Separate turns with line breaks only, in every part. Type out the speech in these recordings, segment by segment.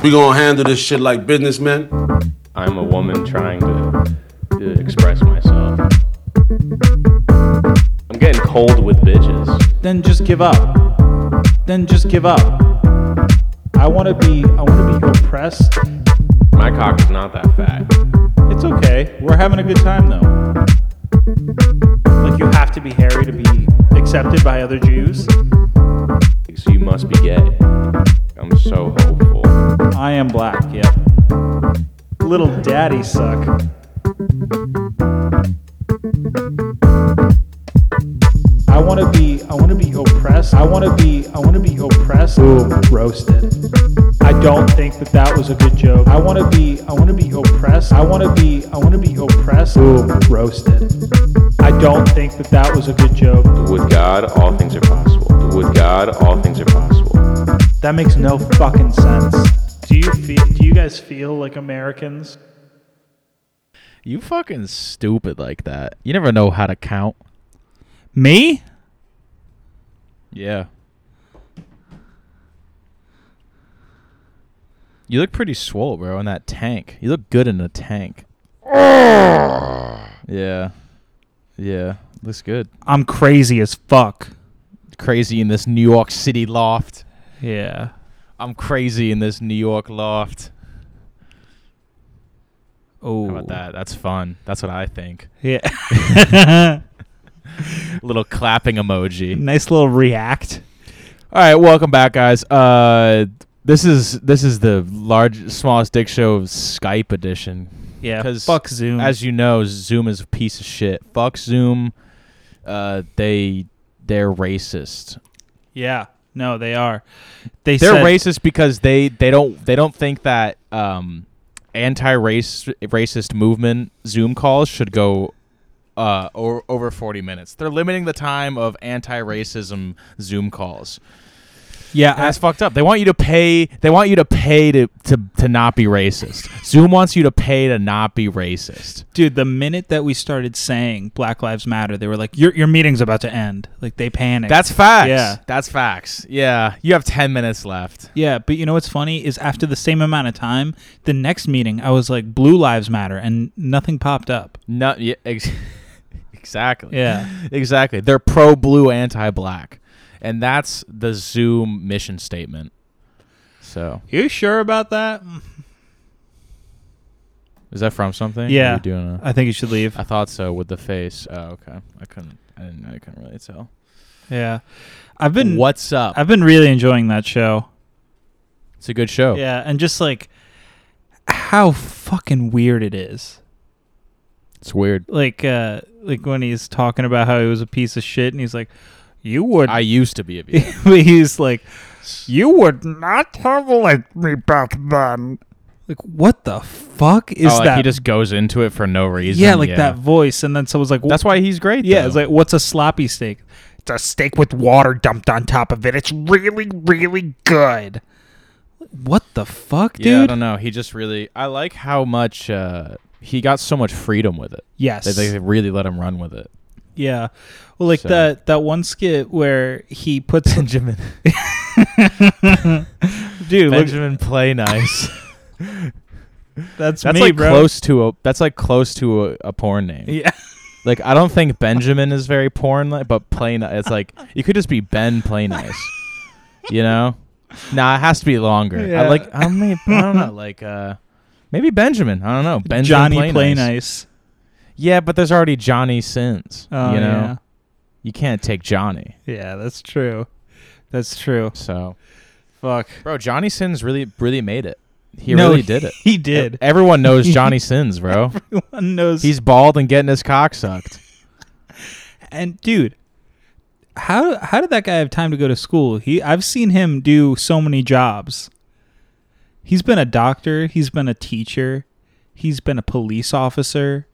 We gonna handle this shit like businessmen.
I'm a woman trying to, to express myself. I'm getting cold with bitches.
then just give up. Then just give up. I want to be I want to be oppressed.
My cock is not that fat.
It's okay. We're having a good time though. Like you have to be hairy to be accepted by other Jews.
So you must be gay. I'm so hopeful.
I am black, yep. Little daddy suck. I want to be I want to be oppressed. I want to be I want to be oppressed. Ooh, roasted. I don't think that that was a good joke. I want to be I want to be oppressed. I want to be I want to be oppressed. Ooh, roasted. I don't think that that was a good joke.
With God, all things are possible. With God, all things are possible.
That makes no fucking sense. Do you feel do you guys feel like Americans?
You fucking stupid like that. You never know how to count.
Me?
Yeah. You look pretty swole, bro, in that tank. You look good in a tank. yeah. Yeah. Looks good.
I'm crazy as fuck.
Crazy in this New York City loft.
Yeah.
I'm crazy in this New York loft.
Oh.
How about that? That's fun. That's what I think.
Yeah.
Little clapping emoji.
nice little react.
All right, welcome back, guys. Uh, this is this is the large, smallest dick show Skype edition.
Yeah.
'Cause
Fuck Zoom.
As you know, Zoom is a piece of shit. Fuck Zoom. Uh, they they're racist.
yeah. No, they are. They
They're
said,
racist because they they don't they don't think that um, anti-race racist movement Zoom calls should go uh, o- over 40 minutes. They're limiting the time of anti-racism Zoom calls.
Yeah.
And that's
As
fucked up. They want you to pay. They want you to pay to to, to not be racist. Zoom wants you to pay to not be racist.
dude, the minute that we started saying Black Lives Matter, they were like, "Your your meeting's about to end." Like they panicked.
That's facts.
Yeah.
That's facts. Yeah. You have 10 minutes left.
yeah, but you know what's funny is after the same amount of time, the next meeting I was like Blue Lives Matter and nothing popped up.
No, yeah, ex- exactly.
Yeah.
Exactly. They're pro blue, anti black. And that's the Zoom mission statement. So,
You sure about that?
is that from something?
Yeah.
You're doing a-
I think you should leave.
I thought so with the face. Oh, okay. I couldn't I didn't I couldn't really tell.
Yeah. I've been
What's up?
I've been really enjoying that show.
it's a good show.
Yeah, and just like how fucking weird it is.
It's weird.
Like uh like when he's talking about how he was a piece of shit and he's like you would
I used to be a vegan.
he's like you would not have liked me back then. Like what the fuck is
oh, like
that?
he just goes into it for no reason.
yeah, like that voice and then someone's like
That's why he's great.
Yeah,
though.
it's like what's a sloppy steak?
It's a steak with water dumped on top of it. It's really, really good.
What the fuck, dude?
Yeah, I don't know. He just really. I like how much uh, he got so much freedom with it.
Yes.
That they really let him run with it.
Yeah. Well, like
So-
that that one skit where he puts Benjamin. Dude, look,
Benjamin, play nice.
that's,
that's
me,
like
bro.
close to a. That's like close to a, a porn name.
Yeah.
Like I don't think Benjamin is very porn, li- but play nice. It's like you could just be Ben play nice. You know. Nah, it has to be longer.
Yeah.
I like. I, mean, I don't know. Like. uh Maybe Benjamin. I don't know. Benjamin
Johnny
play,
Play
nice.
Nice.
Yeah, but there's already Johnny Sins.
Oh,
you know, you can't take Johnny.
yeah. Yeah, that's true. That's true.
So,
Fuck.
bro, Johnny Sins really, really made it. He
No,
really did it.
He did.
Everyone knows Johnny Sins, bro.
Everyone knows.
He's bald and getting his cock sucked.
and dude, how how did that guy have time to go to school? He I've seen him do so many jobs. He's been a doctor, he's been a teacher, he's been a police officer.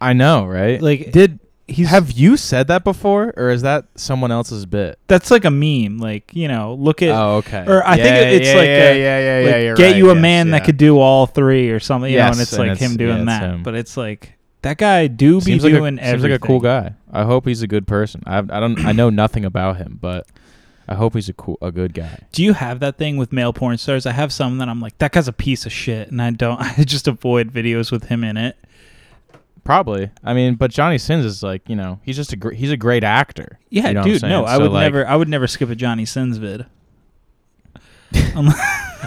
I know, right?
Like
did
he's
have you said that before, or is that someone else's bit?
that's like a meme. Like you know, look at
Oh, okay.
or I think
Yeah,
it- it's
yeah,
like
yeah,
a-
yeah, Oh, yeah,
like,
yeah, you're
get
right,
you a
yes,
man
yeah.
that could do all three or something. You know, and
Yes,
it's
and
like
it's-
him doing
yeah, it's
that.
him.
But it's like that guy do be
Seems like,
doing
a,
everything.
seems like a cool guy. I hope he's a good person. I, I don't. I know nothing about him, but I hope he's a cool, a good guy.
Do you have that thing with male porn stars? I have some that I'm like, that guy's a piece of shit, and I don't. I just avoid videos with him in it.
Probably. I mean, but Johnny Sins is like, you know, he's just a gr- he's a great actor.
Yeah,
You know what I'm
dude.
saying?
No, I
So,
would
like-
never. I would never skip a Johnny Sins vid. Un-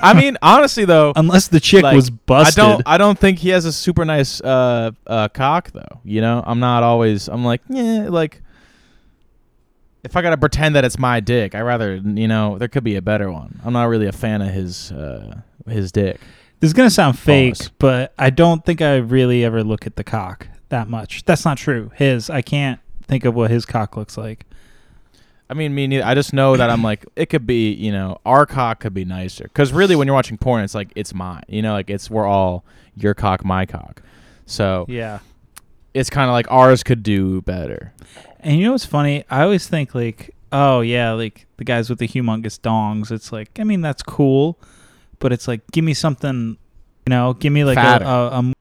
I mean, honestly though,
Unless the chick
like,
was busted.
I don't. I don't think he has a super nice uh, uh, cock though. You know, I'm not always. I'm like, yeah, like. If I gotta pretend that it's my dick, I rather you know there could be a better one. I'm not really a fan of his uh, his dick.
this is gonna sound fake,
Pause.
but I don't think I really ever look at the cock that much. That's not true. His. I can't think of what his cock looks like.
I mean, me neither. I just know that I'm like it could be you know our cock could be nicer because really when you're watching porn, it's like it's mine. You know, like it's we're all your cock, my cock. So
Yeah.
it's kind of like ours could do better.
And you know what's funny? I always think like, oh yeah, like the guys with the humongous dongs. It's like, I mean, that's cool, but it's like, give me something, you know, give me like a,
Fatter.
a, a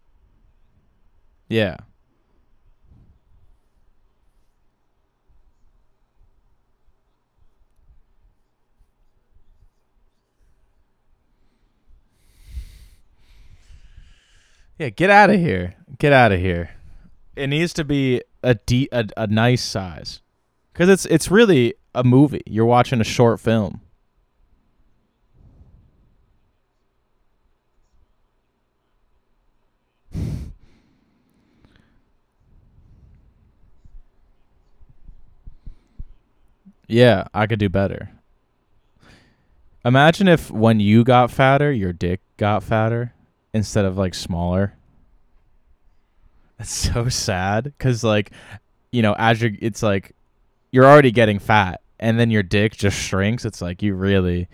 Yeah. Yeah, get out of here. Get out of here. It needs to be a de- a, a nice size. Cuz it's it's really a movie. You're watching a short film. Yeah, I could do better. Imagine if when you got fatter, your dick got fatter instead of like smaller. That's so sad cuz like you know, as you it's like you're already getting fat and then your dick just shrinks. It's like you really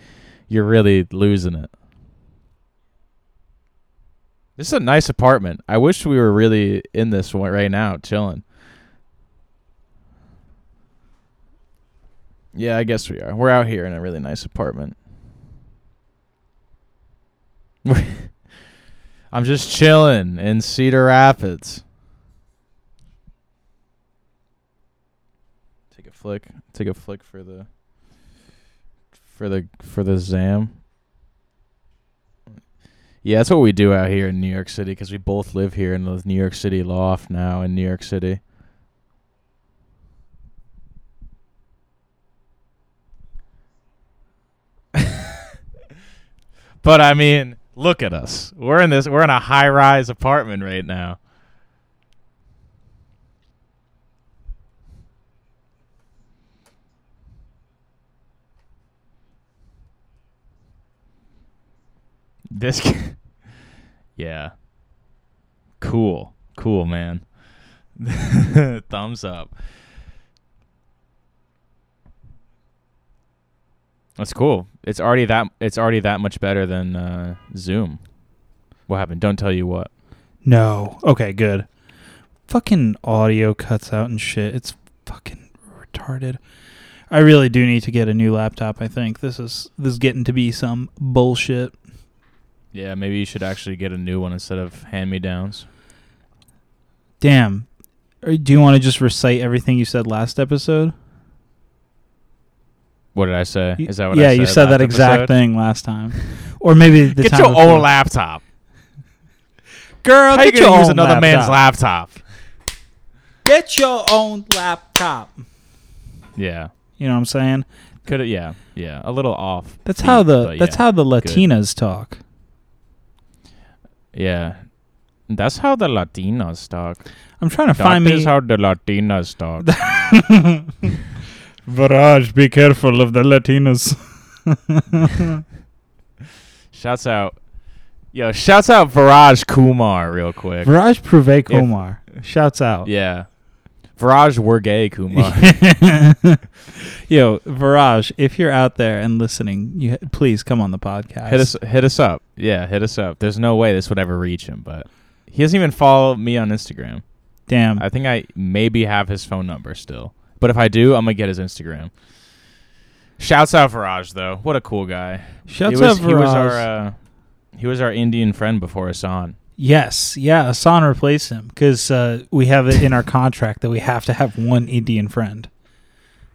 you're really losing it. This is a nice apartment. I wish we were really in this one right now, chilling. Yeah, I guess we are. We're out here in a really nice apartment. I'm just chilling in Cedar Rapids. Take a flick. Take a flick for the for the for the zam. Yeah, that's what we do out here in New York City because we both live here in the New York City loft now in New York City. But I mean, look at us. We're in this. We're in a high-rise apartment right now. This, g- yeah, cool, cool, man. Thumbs up. That's cool. It's already that. It's already that much better than uh, Zoom. What happened? Don't tell you what.
No. Okay, good. Fucking audio cuts out and shit. It's fucking retarded. I really do need to get a new laptop, I think. This is this is getting to be some bullshit.
Yeah, maybe you should actually get a new one instead of hand me downs.
Damn. Or Do you want to just recite everything you said last episode?
What did I say? Is that what?
yeah,
I said
you said that
last
exact
episode?
thing last time. Or maybe the
Get
time
your
before.
own laptop.
Girl,
How you
get your
gonna use
own
another man's
laptop.
laptop?
Get your own laptop.
Yeah.
You know what I'm saying?
Could it? Yeah. Yeah. A little off.
That's how the
Mm, but
that's
yeah,
how the Latinas talk.
Yeah. That's how the Latinas talk.
I'm trying to
That
find me
is how the Latinas talk.
Viraj, be careful of the Latinos.
shouts out. Yo, shouts out Viraj Kumar real quick.
Viraj Purve Kumar. Shouts out.
Yeah. Viraj were gay, Kumar.
Yo, Viraj, if you're out there and listening, you please come on the podcast.
hit us hit us up. Yeah, hit us up. There's no way this would ever reach him, but he doesn't even follow me on Instagram.
Damn.
I think I maybe have his phone number still. But if I do, I'm gonna get his Instagram. Shouts out Viraj though. What a cool guy.
Shouts
he was,
out
He
Viraj.
was our uh, he was our Indian friend before Hassan.
yes, yeah, Asan replaced him because uh, we have it in our contract that we have to have one Indian friend.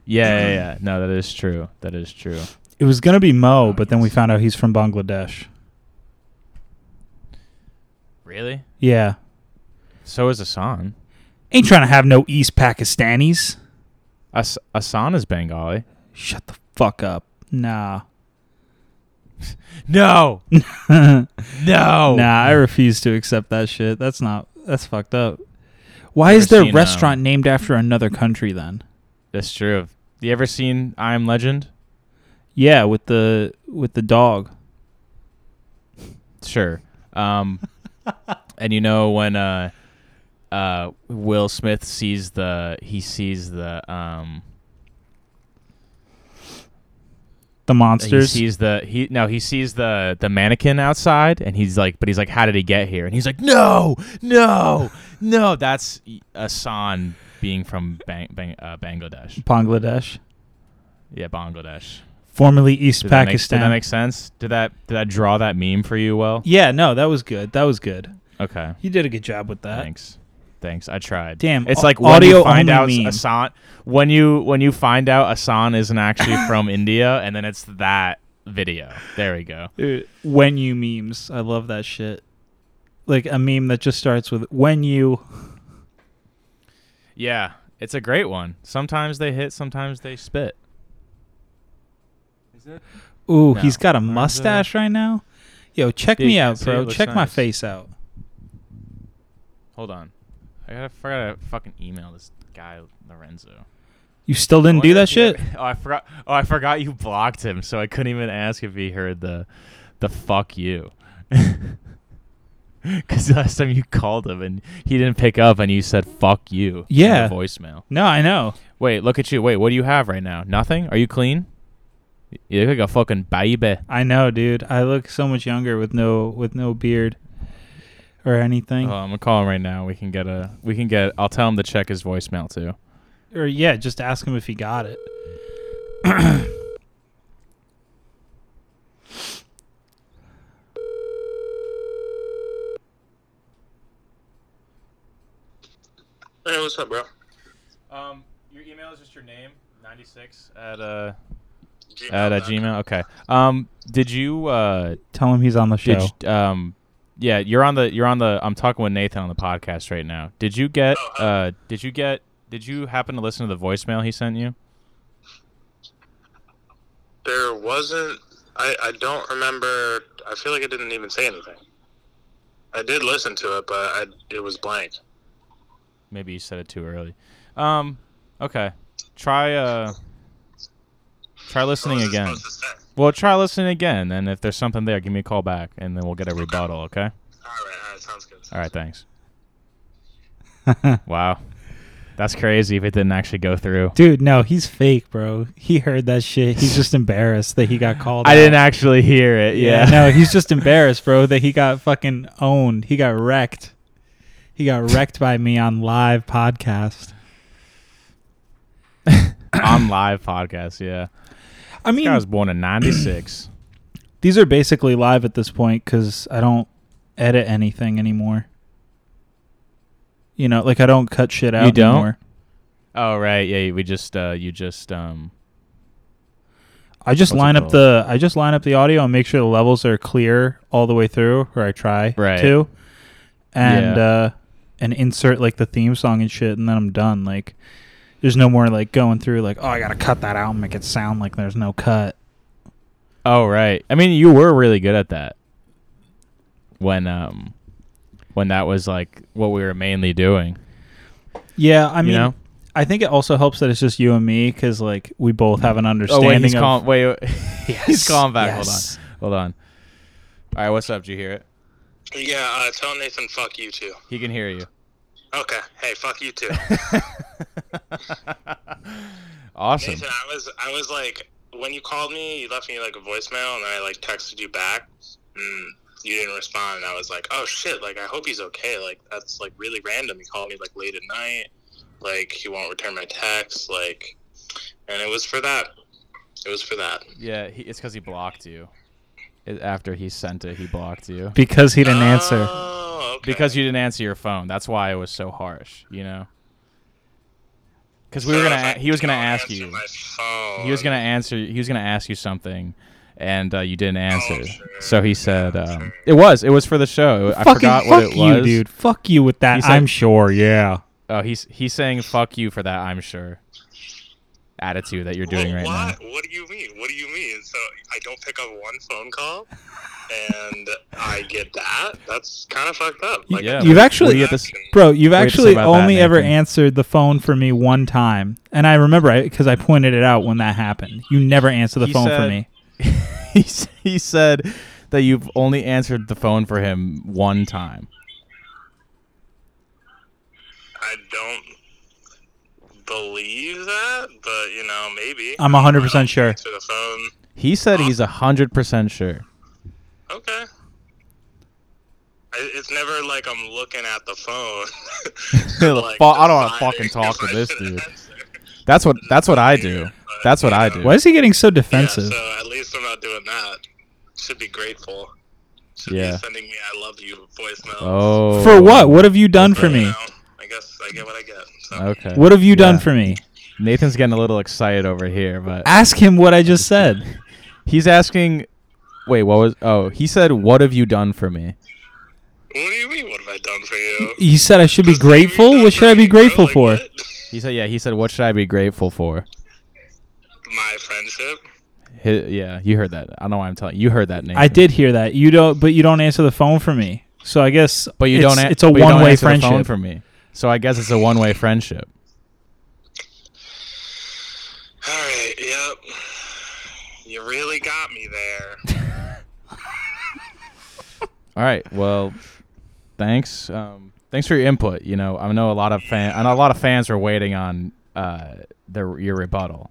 Yeah, yeah, yeah. No, that is true. That is true.
It was gonna be
Oh,
Mo, but then we found out he's from Bangladesh.
Really?
Yeah,
So is Asan.
ain't trying to have no East Pakistanis.
As- Asan is Bengali.
Shut the fuck up. Nah,
No. no.
nah, I refuse to accept that shit. That's not. That's fucked up. Why
Never
is their
seen, um,
restaurant named after another country then?
That's true. You ever seen I Am Legend?
Yeah, with the with the dog.
Sure. Um, and you know when uh, uh, Will Smith sees the he sees the um,
The
he
monsters.
sees the he no he sees the the mannequin outside and he's like but he's like how did he get here and he's like no no no that's Asan being from Bang, Bang, uh, Bangladesh
Bangladesh,
yeah Bangladesh
formerly East
did that, make, did
Pakistan.
that make sense did that did that draw that meme for you well
yeah, no, that was good. That was good.
okay
You did a good job with that.
Thanks. Thanks. I tried.
Damn,
It's
au-
like when
audio
you find
only
out
meme.
Asan when you when you find out Asan isn't actually from India and then it's that video. There we go.
Dude, Uh, when you memes, I love that shit. Like a meme that just starts with when you.
Yeah. It's a great one. Sometimes they hit, sometimes they spit.
Ooh,
No.
he's got a
Mine's, uh,
mustache right now. Yo, check
Yeah,
me
you can
out,
see it
bro.
looks
Check my
nice.
face out.
Hold on. I gotta forgot to fucking email this guy Lorenzo.
You still didn't
I
do
wonder
that
if he
shit.
ever- Oh, I forgot. Oh, I forgot you blocked him, so I couldn't even ask if he heard the, the fuck you. Because last time you called him and he didn't pick up, and you said fuck you. in the
Yeah.
voicemail.
No, I know.
Wait, look at you. Wait, what do you have right now? Nothing. Are you clean? You look like a fucking baby.
I know, dude. I look so much younger with no with no beard or anything.
Oh, I'm gonna call him right now. We can get a. We can get. I'll tell him to check his voicemail too. Uh-huh.
or yeah, just ask him if he got it.
Hey, what's up, bro?
Um, your email is just your name, 96 at uh
Gmail
at uh,
back.
Gmail. Okay. Um, did you uh
Tell him he's on the show.
Did you- um yeah, you're on the you're on the I'm talking with Nathan on the podcast right now. Did you get uh did you get did you happen to listen to the voicemail he sent you?
There wasn't. I, I don't remember. I feel like I didn't even say anything. I did listen to it, but I, it was blank.
Maybe you said it too early. Um okay. Try uh try
What
listening
was I
again.
supposed to say?
Well, try listening again and if there's something there, give me a call back and then we'll get a rebuttal, okay?
All right, all right, sounds good.
All right, thanks. wow. That's crazy if it didn't actually go through.
Dude, no, he's fake, bro. He heard that shit. He's just embarrassed that he got called.
I
out.
didn't actually hear it. Yeah.
no, he's just embarrassed, bro, that he got fucking owned. He got wrecked. He got wrecked by me on live podcast.
on live podcast, yeah.
I
This guy
mean,
was born in '96.
these are basically live at this point because I don't edit anything anymore. You know, like I don't cut shit out
don't?
anymore.
oh right, yeah. We just uh, you just um.
I just
What's it
line up
called?
the I just line up the audio and make sure the levels are clear all the way through, or I try
Right.
to, and
Yeah.
uh, and insert like the theme song and shit, and then I'm done. Like, there's no more like going through like, oh, I gotta cut that out and make it sound like there's no cut.
Oh right. I mean, you were really good at that. When um, when that was like what we were mainly doing.
Yeah, I
You
mean,
know?
I think it also helps that it's just you and me because like we both have an
Oh
understanding.
wait, he's
of,
calm. Wait, wait. he's
Yes,
calling back.
yes.
Hold on, hold on. All right, what's up? Do you hear it?
Yeah, uh, tell Nathan, fuck you too.
He can hear you.
Okay, hey, fuck you too.
Awesome.
Nathan, I was, I was like, when you called me, you left me like a voicemail, and I like texted you back. Mm, you didn't respond, and I was like, oh shit, like I hope he's okay. Like that's like really random. He called me like late at night. Like he won't return my text. Like, and it was for that. It was for that.
Yeah, he, it's because he blocked you. It, after he sent it, he blocked you
because he didn't answer.
Oh, okay.
because you didn't answer your phone. That's why it was so harsh. You know. because we were
So
gonna
if I
he was gonna
don't
ask
answer
you
My phone,
he was gonna answer he was gonna ask you something and uh, you didn't answer
Oh, sure.
so he said um, it was it was for the show It- i
Fucking
forgot
fuck
what it
you,
was
dude. Fuck you with that.
He said-
I'm sure. Yeah.
oh he's he's saying fuck you for that i'm sure attitude that you're doing
well,
right now
what? What do you mean? What do you mean? So I don't pick up one phone call, and I get that. That's kind of fucked up. Like,
Yeah,
You've
like,
actually-
what do you get this
Bro, you've
Wait,
actually
something about
only
that,
ever
Nathan.
answered the phone for me one time. And I remember because I, pointed it out when that happened. You never answered the
He
phone for
said-
me.
he, s- he said that you've only answered the phone for him one time
I don't believe that, but you know, maybe.
I'm 100% sure.
to the phone.
he said he's 100% sure
Okay. I- It's never like I'm looking at the phone.
The fu- I don't wanna fucking talk to this dude. that's what that's what i do that's what i do
Why is he getting so
Yeah,
defensive?
so at least I'm not doing that. Should be grateful. Should
Yeah.
be sending me "I love you" voicemail.
oh
for what? What have you done for
You
me?
know, I guess I get what I get. So.
okay
What have you done
Yeah.
for me?
nathan's getting a little excited over here but
Ask him what I just said.
He's asking. Wait, what was? Oh, he said, "What have you done for me?"
What do you mean? What have I done for you?
He said I should be
Just what have you
grateful.
done
What should I
for
be
me, bro?
grateful
Like,
for?
what?
He said, "Yeah." He said, "What should I be grateful for?"
My friendship.
Hi yeah, you heard that. I don't know why I'm telling you. You heard that name.
I did hear that. You don't, but you don't answer the phone for me. So I guess,
but you
it's,
don't. a-
It's a
but you don't
one-way
answer the phone
friendship.
for me. So I guess it's a one-way friendship.
All right. Yep. You really got me there.
All right. Well, thanks. Um, thanks for your input. You know, I know a lot of fan. I know a lot of fans were waiting on uh, their your rebuttal.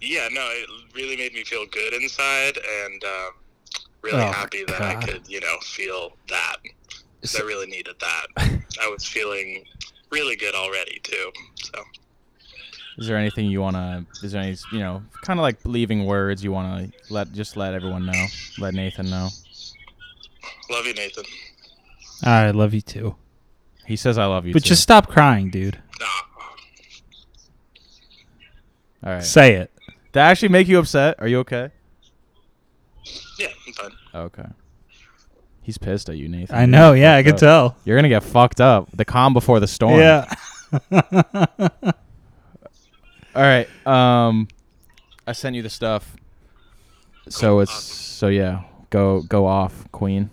yeah. No, it really made me feel good inside, and um, really
Oh,
happy that I
God.
could, you know, feel that. 'Cause I really needed that. I was feeling really good already too. So.
Is there anything you wanna? Is there any? You know, kind of like leaving words you wanna let just let everyone know, let Nathan know.
Love you, Nathan.
All right, love you too.
He says, "I love you."
But
too.
just stop crying, dude.
Nah,
all right.
Say it.
That actually make you upset? Are you okay?
Yeah, I'm fine.
Okay. He's pissed at you, Nathan.
I
You're
know.
gonna
Yeah,
get
I can
fucked up.
tell.
You're gonna get fucked up. The calm before the storm.
Yeah.
All right. Um, I sent you the stuff. So it's so yeah. Go go off, Queen.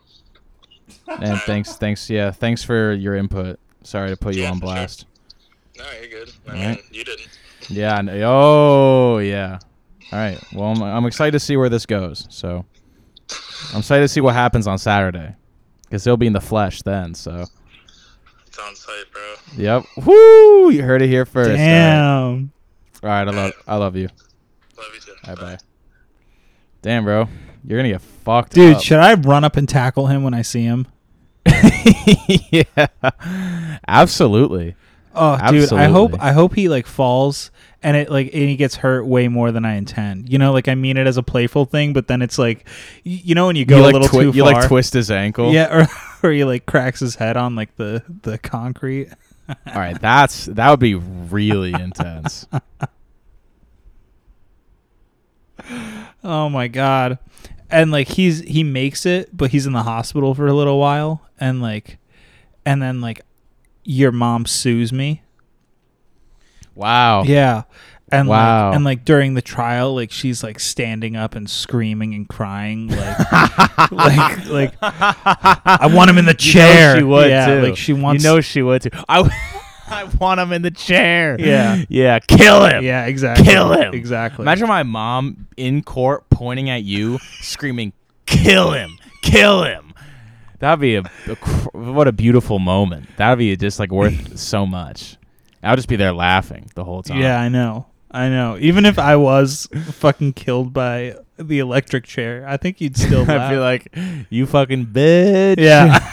and thanks thanks yeah thanks for your input. Sorry to put you
Yeah,
on
for sure.
blast.
No, you're good. I
All
mean,
right.
you didn't.
Yeah. I kn- Oh yeah. All right. Well, I'm, I'm excited to see where this goes. So I'm excited to see what happens on Saturday because they'll be in the flesh then. So
It's on site, bro.
yep. Woo! You heard it here first. uh, All right.
Damn.
All right. I love I love you.
Love you too.
Bye bye. Damn, bro. You're gonna get fucked,
Dude,
up.
should I run up and tackle him when I see him?
yeah. Absolutely.
Oh, dude, I hope
Absolutely.
I hope he like falls and it like and he gets hurt way more than I intend. You know, like I mean it as a playful thing, but then it's like y- you know when you go
you
a
like
little
twi-
too
you
far.
like twist his ankle.
Yeah, or or he like cracks his head on like the the concrete.
All right. That's that would be really intense.
Oh my god. And like he's he makes it, but he's in the hospital for a little while and like and then like your mom sues me.
Wow.
Yeah. And
Wow.
like and like during the trial, like she's like standing up and screaming and crying like like like I want him in the chair.
She would
yeah,
too.
like she wants
You know she would too. I, w- I want him in the chair.
Yeah.
Yeah. Kill him.
Yeah, exactly.
Kill him.
Exactly.
Imagine my mom in court pointing at you, screaming, "Kill him! Kill him!" That'd be a, a cr- what a beautiful moment. That'd be just like worth so much. I'll just be there laughing the whole time.
Yeah, I know. I know. Even if I was fucking killed by the electric chair, I think you'd still laugh.
I'd be like, "You fucking bitch!"
Yeah.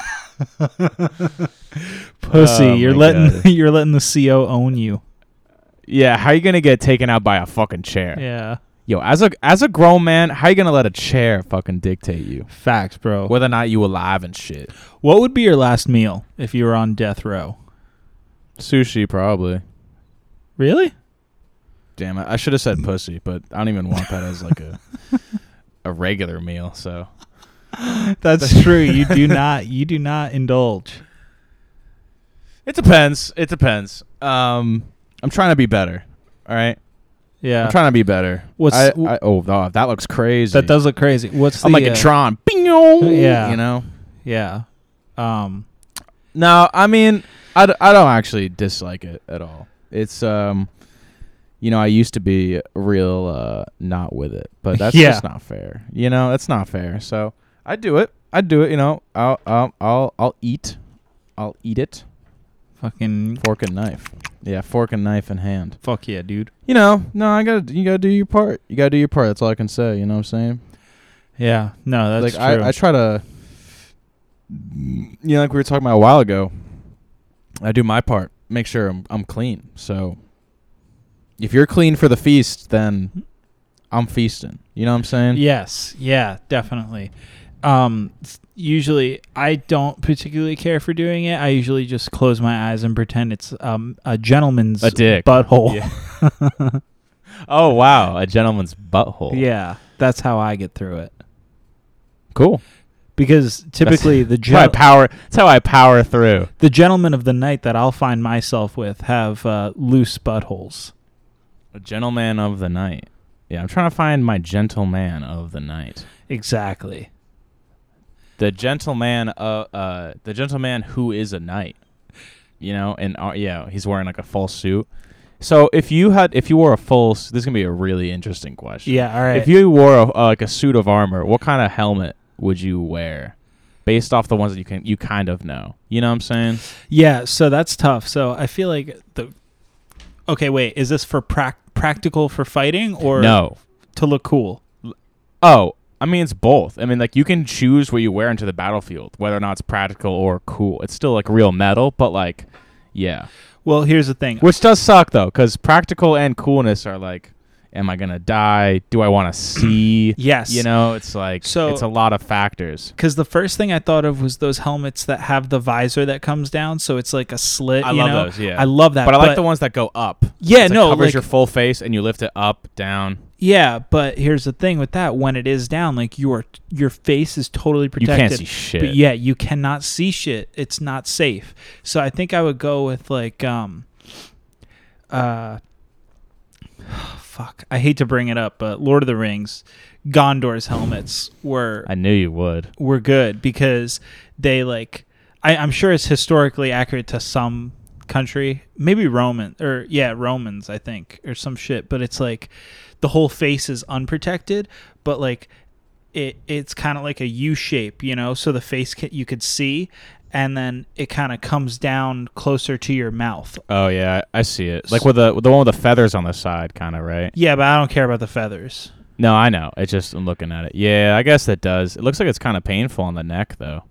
Pussy,
Oh
you're
my
letting
God.
you're letting the CO own you.
yeah. How you gonna get taken out by a fucking chair?
Yeah.
Yo, as a as a grown man, how you gonna let a chair fucking dictate you
Facts, bro. What,
whether or not you alive and shit?
what would be your last meal if you were on death row?
Sushi, probably.
Really?
Damn it! I should have said pussy, but I don't even want that as like a a regular meal. So
That's true. You do not. You do not indulge.
it depends. It depends. Um, I'm trying to be better. All right,
Yeah.
I'm trying to be better.
What's-
I, I, oh, oh, that looks crazy.
that does look crazy. What's
I'm
the?
like a
uh,
Tron. Bing-o!
Yeah.
you know.
Yeah. Um.
No, I mean, I, d- I don't actually dislike it at all. It's um, you know, I used to be real uh not with it, but that's
Yeah.
just not fair. You know, that's not fair. So I do it. I do it. You know, I'll I'll I'll, I'll eat. I'll eat it.
Fucking.
Fork and knife. Yeah, fork and knife in hand.
Fuck yeah, dude.
You know, no, I gotta you gotta do your part. You gotta do your part. That's all I can say. You know what I'm saying?
Yeah. No, that's
like
true.
I, I try to you know like we were talking about a while ago i do my part make sure i'm, I'm clean so if you're clean for the feast then i'm feasting you know what i'm saying
Yes. Yeah, definitely. Um, s- usually, I don't particularly care for doing it. I usually just close my eyes and pretend it's um, a gentleman's
A dick.
butthole.
Yeah. oh wow a gentleman's butthole
yeah, that's how I get through it.
cool
Because typically, the
that's how i
gen-
power that's how i power through
the gentlemen of the night that I'll find myself with have uh, loose buttholes.
a gentleman of the night yeah i'm trying to find my gentleman of the night
Exactly.
the gentleman uh, uh the gentleman who is a knight you know and uh, yeah he's wearing like a full suit so if you had if you wore a full s- this is gonna be a really interesting question
Yeah. All right.
if you wore a, uh, like a suit of armor what kind of helmet would you wear based off the ones that you can you kind of know you know what i'm saying
Yeah, so that's tough. So I feel like the Okay, wait, is this for prac practical for fighting or
no
to look cool?
oh i mean it's both i mean like you can choose what you wear into the battlefield whether or not it's practical or cool it's still like real metal but like yeah
Well, here's the thing.
Which does suck though, because practical and coolness are like, am I gonna die? Do I want to see?
Yes.
You know, it's like
So-
it's a lot of factors.
Cuz the first thing I thought of was those helmets that have the visor that comes down, so it's like a slit,
I
Uh, you
love
know?
those. Yeah,
I love that.
But I like the ones that go up.
Yeah,
It's like
no,
covers
like-
your full face and you lift it up, down.
Yeah, but here's the thing with that when it is down, like your your face is totally
You
protected.
can't see shit.
But yeah, you cannot see shit. It's not safe. So I think I would go with like um uh fuck. I hate to bring it up, but Lord of the Rings, Gondor's helmets were
I knew you would.
were good because they like I, I'm sure it's historically accurate to some country. Maybe Roman or yeah, Romans, I think, or some shit. But it's like the whole face is unprotected, but like it it's kind of like a U shape, you know, so the face ca you could see and then it kind of comes down closer to your mouth.
Oh yeah, I I see it. Like with the with the one with the feathers on the side, kind of right.
Yeah, but I don't care about the feathers.
No, I know. It's just I'm looking at it. Yeah, I guess that does. It looks like it's kind of painful on the neck though.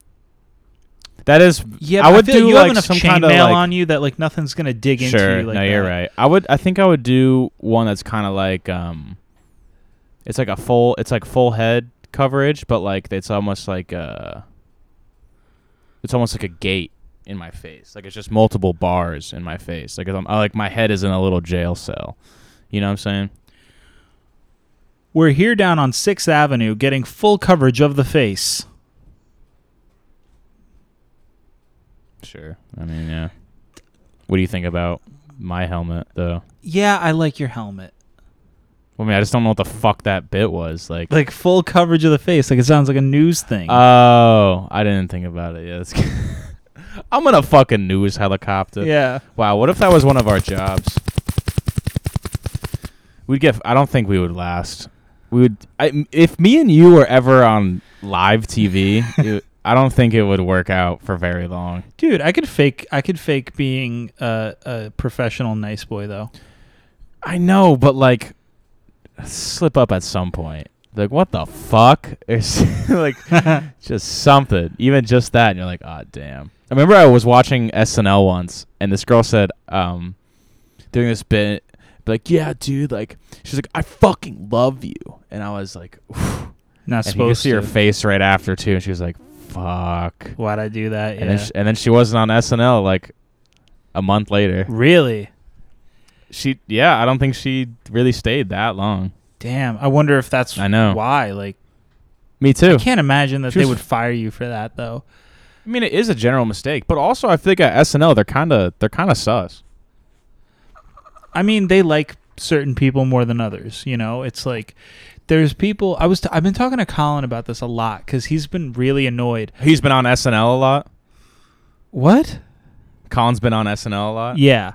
That is,
Yeah,
I
but
would
feel like
do
you have
like
enough
some
chain
kind of
mail
like,
on you that like nothing's gonna dig into
sure.
you. Like
no, you're
that.
right. I would. I think I would do one that's kind of like um, it's like a full. It's like full head coverage, but like it's almost like a. It's almost like a gate in my face. Like it's just multiple bars in my face. Like I'm I- like my head is in a little jail cell. You know what I'm saying?
We're here down on 6th Avenue getting full coverage of the face.
Sure. I mean, yeah. What do you think about my helmet though?
Yeah, I like your helmet.
I mean, I just don't know what the fuck that bit was. Like,
Like full coverage of the face. Like it sounds like a news thing.
oh, I didn't think about it. Yeah, that's- I'm gonna fucking news helicopter.
yeah.
Wow, what if that was one of our jobs? We'd get. I don't think we would last. We would. I, if me and you were ever on live TV, it, I don't think it would work out for very long.
Dude, I could fake I could fake being a, a professional nice boy though.
I know, but like, slip up at some point. Like, what the fuck? It's like just something, even just that, and you're like, ah, damn. I remember I was watching SNL once, and this girl said, um, doing this bit, like, yeah, dude, like, she's like, I fucking love you, and I was like, Whew.
Not
and you could
supposed
see
to.
her face right after too, and she was like, fuck,
Why'd I do that?
and
yeah.
then she, and then she wasn't on SNL like a month later.
really?
she yeah, I don't think she really stayed that long.
Damn, I wonder if that's
I know.
why. Like,
Me too.
I can't imagine that
She
they
was-
would fire you for that though.
I mean, it is a general mistake, but also I think at SNL they're kind of they're kind of sus.
I mean, they like certain people more than others. You know, it's like there's people. I was t- I've been talking to Colin about this a lot because he's been really annoyed.
He's been on SNL a lot.
What?
Colin's been on SNL a lot.
Yeah.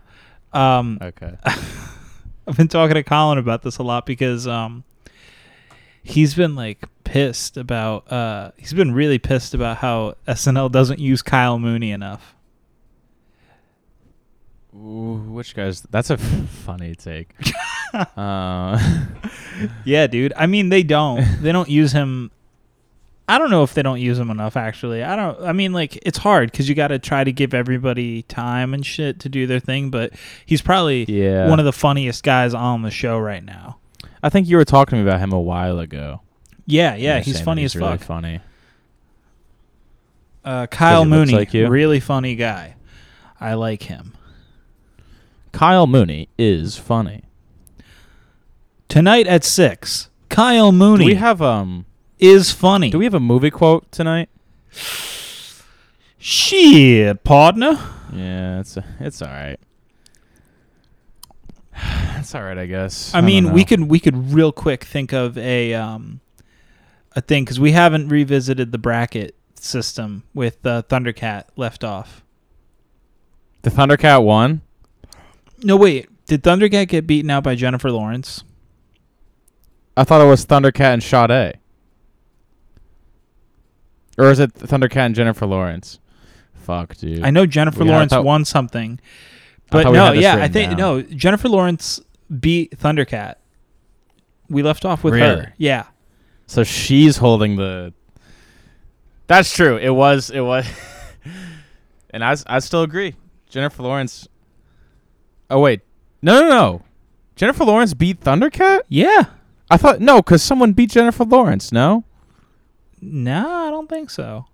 Um,
Okay.
I've been talking to Colin about this a lot because um, he's been like pissed about. Uh, he's been really pissed about how SNL doesn't use Kyle Mooney enough.
Ooh, which guys? That's a funny take. uh,
Yeah, dude. I mean, they don't. they don't use him. I don't know if they don't use him enough. Actually, I don't. I mean, like it's hard because you got to try to give everybody time and shit to do their thing. But he's probably
Yeah.
one of the funniest guys on the show right now.
I think you were talking to me about him a while ago.
Yeah, yeah,
You were
he's
saying that
funny
he's
as
really
fuck.
Funny.
Uh, Kyle
he looks
Mooney,
like you?
really funny guy. I like him.
Kyle Mooney is funny.
Tonight at six, Kyle Mooney
Do we have um?
is funny.
Do we have a movie quote tonight?
Shit, partner.
Yeah, it's it's all right. It's all right, I guess.
I,
don't
mean, we
know.
could we could real quick think of a um, a thing because we haven't revisited the bracket system with uh, Thundercat left off.
The Thundercat won.
No, wait, did Thundercat get beaten out by Jennifer Lawrence?
I thought it was Thundercat and Sade. Or is it Thundercat and Jennifer Lawrence? Fuck, dude.
I know Jennifer
We had- I
Lawrence
thought-
won something,
I thought
but
we
no,
had this
yeah, I
written
think
down.
no Jennifer Lawrence beat Thundercat. We left off with
Really?
her. Yeah.
So she's holding the. That's true. It was. It was. and I, s- I still agree. Jennifer Lawrence. Oh wait, no, no, no. Jennifer Lawrence beat Thundercat.
Yeah.
I thought no, because someone beat Jennifer Lawrence. No.
No, I don't think so.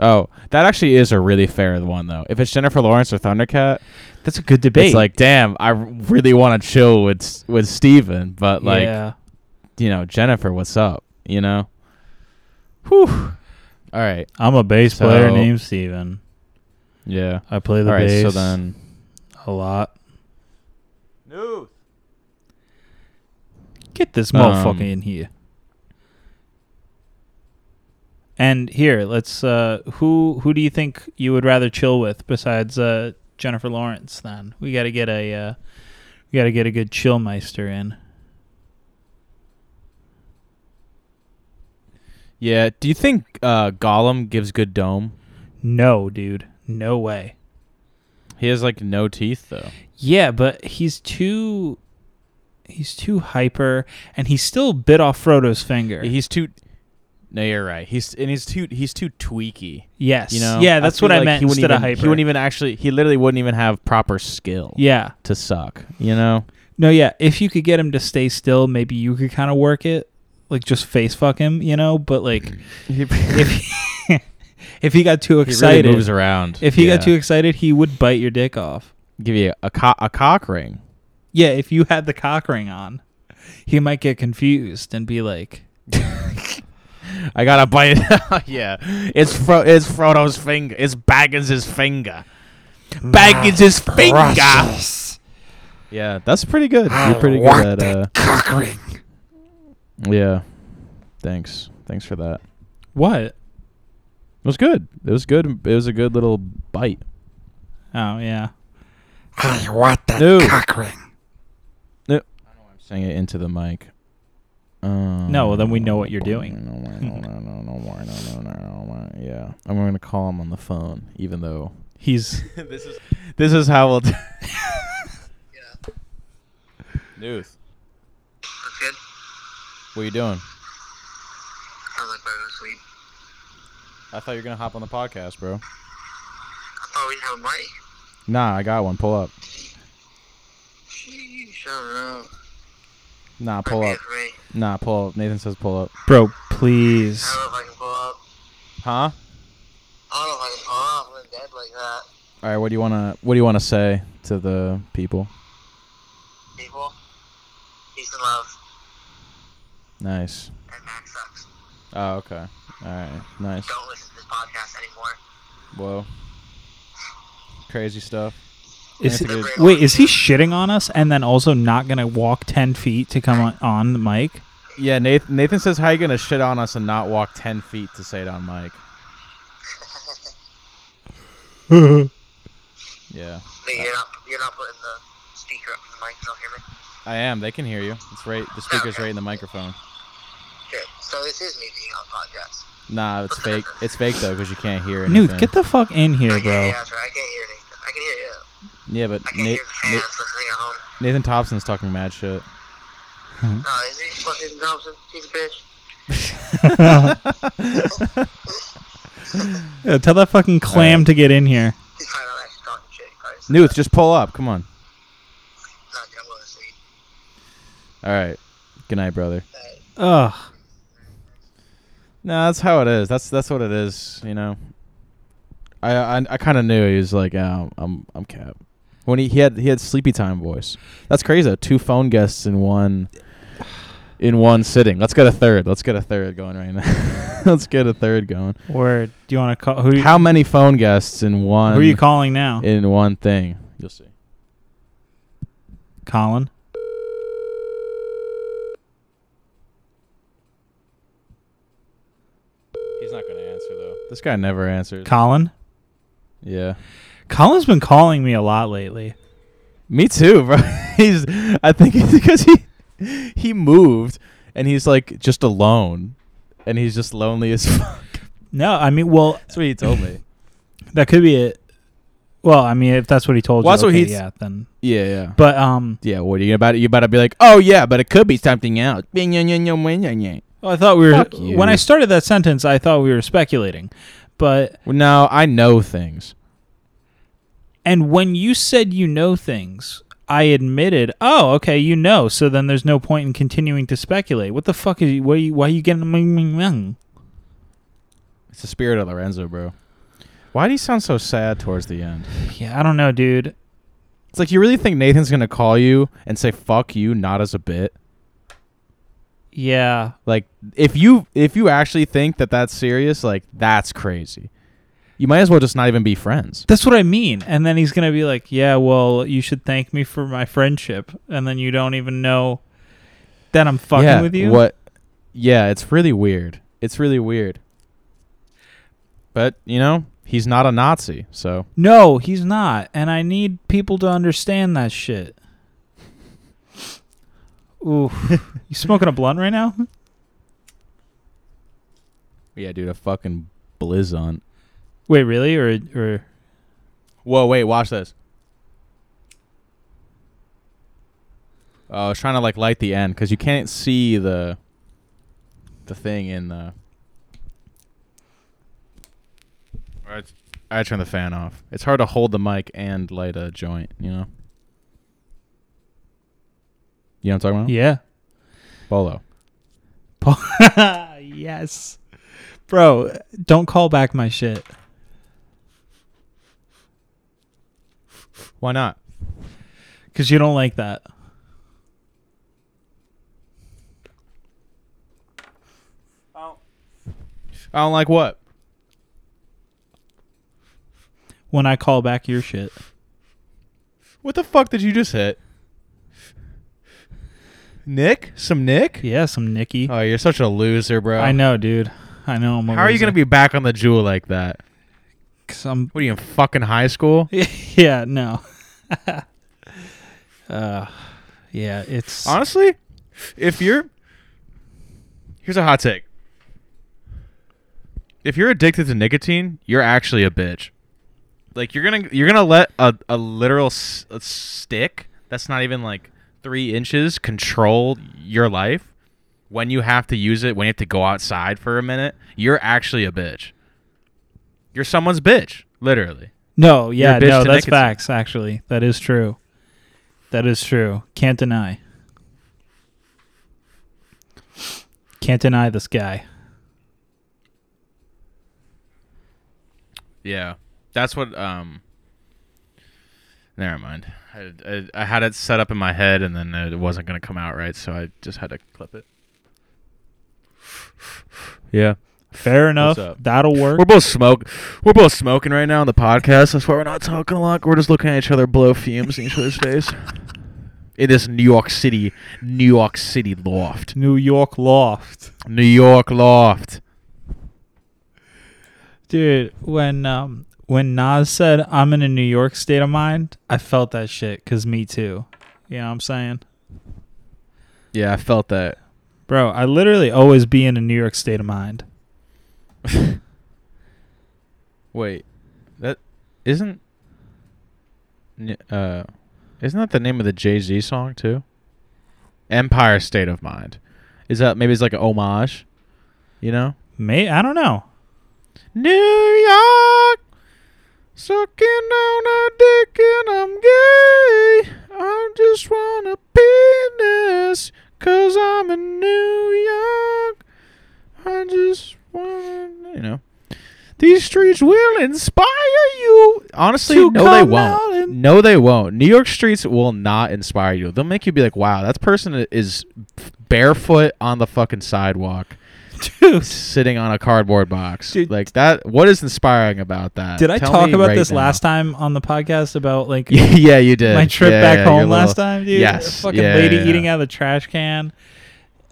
Oh, that actually is a really fair one though. If it's Jennifer Lawrence or Thundercat,
That's a good debate.
it's like, damn, I really want to chill with S- with Steven, but like,
yeah.
you know, Jennifer, what's up? You know. Whew. All right.
I'm a bass
So- player named
Steven.
Yeah.
I play
All right. So then.
a lot. Get this motherfucker
Um,
in here. And here, let's uh who who do you think you would rather chill with besides uh Jennifer Lawrence then? We got to get a uh we got to get a good chillmeister in.
Yeah. Do you think uh, Gollum gives good dome?
No, dude. No way.
He has like no teeth though.
Yeah, but he's too he's too hyper and he still bit off Frodo's finger.
He's too. No, you're right. He's and he's too he's too tweaky.
yes.
You know.
yeah, that's
feel
what I
like
meant
He wouldn't
instead
even,
of hyper.
He wouldn't even actually. He literally wouldn't even have proper skill.
Yeah.
To suck. You know.
No, yeah. If you could get him to stay still, maybe you could kind of work it, like just face fuck him, you know. But like, if he, if he got too excited,
He really moves around.
if he
Yeah.
got too excited, he would bite your dick off.
give you a co- a cock ring.
Yeah, if you had the cock ring on, he might get confused and be like,
I gotta bite. yeah, it's Fro- it's Frodo's finger. It's Baggins' finger. Baggins' finger. Yeah, that's pretty good. You're pretty good at uh.
Cockring.
Yeah, thanks. Thanks for that.
"What?
It was good. It was good. It was a good little bite.
Oh yeah,
I want that
No.
cockring.
I'm saying it into the mic. Um,
no." Well, then we know what you're doing.
yeah, I'm gonna call him on the phone, even though
He's
this is how we'll. do News.
Good.
What are you doing?
I was like going to sleep.
I thought you were gonna hop on the podcast, bro.
I thought we had money.
Nah, I got one. Pull up.
Sheesh, I don't know.
Nah, pull up.
For me.
Nah, pull up. Nathan says pull up.
bro. Please,
I don't know if I can pull up.
Huh?
I don't know if I can pull up. I'm dead like that.
All right. What do you wanna What do you wanna say to the people?
people. Peace and love.
Nice.
And Max sucks.
Oh, okay. All right. Nice.
Don't listen to this podcast anymore.
Whoa. Crazy stuff.
Is
That's a
he,
good-
wait, is he shitting on us and then also not gonna walk ten feet to come on, on the mic?
Yeah, Nathan, Nathan says, "How you gonna shit on us and not walk ten feet to say it on mic?" yeah,
But you're not you're not putting the speaker up to the mic. They'll hear me.
I am. They can hear you. It's right. The speaker's right in the microphone.
Good. So this is me being on podcast.
Nah, it's fake. It's fake though, because you can't hear anything.
Nuke, get the fuck in here,
Yeah,
bro.
yeah, that's right. I can't hear anything. I can hear you.
yeah, but
I can
Na-
hear the fans
Na-
listening at home.
Nathan Thompson's talking mad shit.
No, is he fucking Thompson? He's a bitch.
Yeah, Uh, tell that fucking clam to get in here.
He's probably not actually talking shit. He Probably said
Nuke, just pull up. Come on.
that. Not gonna wanna see.
All right. Good night, brother.
Ugh.
No, that's how it is. That's that's what it is. You know. I I, I kind of knew he was like, oh, I'm I'm Cap. When he, he had he had sleepy time voice. That's crazy. though. Two phone guests in one. In one sitting. Let's get a third. Let's get a third going right now. Let's get a third going.
Or do you want to call? Who, do you-
How many phone guests in one?
who are you calling now?
in one thing? You'll see.
Colin.
He's not gonna answer though. This guy never answers.
Colin.
yeah.
Colin's been calling me a lot lately.
Me too, bro. he's I think it's because he he moved and he's like just alone and he's just lonely as fuck.
No, I mean, well,
That's what he told me.
that could be it. Well, I mean, if that's what he told
Well,
you,
that's what
okay,
he's-
yeah, then.
yeah, yeah.
But um,
yeah, what are you about? You about to be like, oh yeah, but it could be something else. Bing, yang, yang, yang, wing, yang, yang.
well, Oh, I thought we were
Fuck you.
when I started that sentence, I thought we were speculating, but
Well, no, I know things.
and when you said you know things, I admitted, oh, okay, you know. So then there's no point in continuing to speculate. What the fuck is you? Why you, why you getting? mm,
It's the spirit of Lorenzo, bro. Why do you sound so sad towards the end?
Yeah, I don't know, dude.
It's like you really think Nathan's gonna call you and say "fuck you," not as a bit.
Yeah,
Like if you if you actually think that that's serious, like that's crazy. You might as well just not even be friends.
That's what I mean. And then he's going to be like, yeah, well, you should thank me for my friendship. And then you don't even know that I'm fucking
yeah,
with you.
What? Yeah, it's really weird. It's really weird. But you know, he's not a Nazi, so
No, he's not. And I need people to understand that shit. Ooh. you smoking a blunt right now?
yeah, dude, a fucking blizz on.
Wait, really? Or or
Whoa, wait, watch this. Oh, I was trying to like light the end because you can't see the the thing in the. I t- I turn the fan off. It's hard to hold the mic and light a joint, you know. You know what I'm talking about?
yeah.
Bolo.
yes. Bro, don't call back my shit.
Why not?
Because you don't like that.
I don't like what.
When I call back your shit.
What the fuck did you just hit? Nick? Some Nick?
Yeah, some Nicky.
Oh, you're such a loser, bro.
I know, dude. I know. I'm a
How are you
loser.
gonna be back on the jewel like that?
'Cause I'm-
What are you in fucking high school?
yeah, no. uh, yeah, it's
Honestly, if you're here's a hot take. If you're addicted to nicotine, you're actually a bitch. Like you're gonna you're gonna let a, a literal s- a stick that's not even like three inches control your life when you have to use it when you have to go outside for a minute. You're actually a bitch. You're someone's bitch, literally.
no, yeah,
a bitch
no.
to
That's
nicotine.
facts. Actually, that is true. That is true. Can't deny. Can't deny this guy.
Yeah, that's what. Um, Never mind. I, I, I had it set up in my head, and then it wasn't gonna come out right, so I just had to clip it. Yeah,
Fair enough.
up?
That'll work.
we're both smoke. We're both smoking right now on the podcast. That's why we're not talking a lot. We're just looking at each other, blow fumes in each other's face. In this New York City, New York City loft,
New York loft.
New York loft.
Dude, when um when Nas said I'm in a New York state of mind, I felt that shit cuz me too. You know what I'm saying?
Yeah, I felt that.
Bro, I literally always be in a New York state of mind.
Wait, that isn't. n- Uh, isn't that the name of the Jay Z song too? Empire State of Mind. Is that maybe it's like a homage? You know,
May I don't know.
New York, sucking on a dick and I'm gay. I just want a penis, cause I'm in New York. I just want, you know. These streets will inspire you. Honestly,
To
no, they
come out
won't.
and-
No, they won't. New York streets will not inspire you. They'll make you be like, wow, that person is barefoot on the fucking sidewalk
Dude,
sitting on a cardboard box.
Dude,
like that. What is inspiring about that?
did I
Tell
talk
me
about
right
this
now.
last time on the podcast about like
yeah, you did.
my trip
Yeah,
back
yeah, your
home last
little-
time, dude?
Yes.
A fucking
yeah,
lady
yeah, yeah.
eating out of the trash can.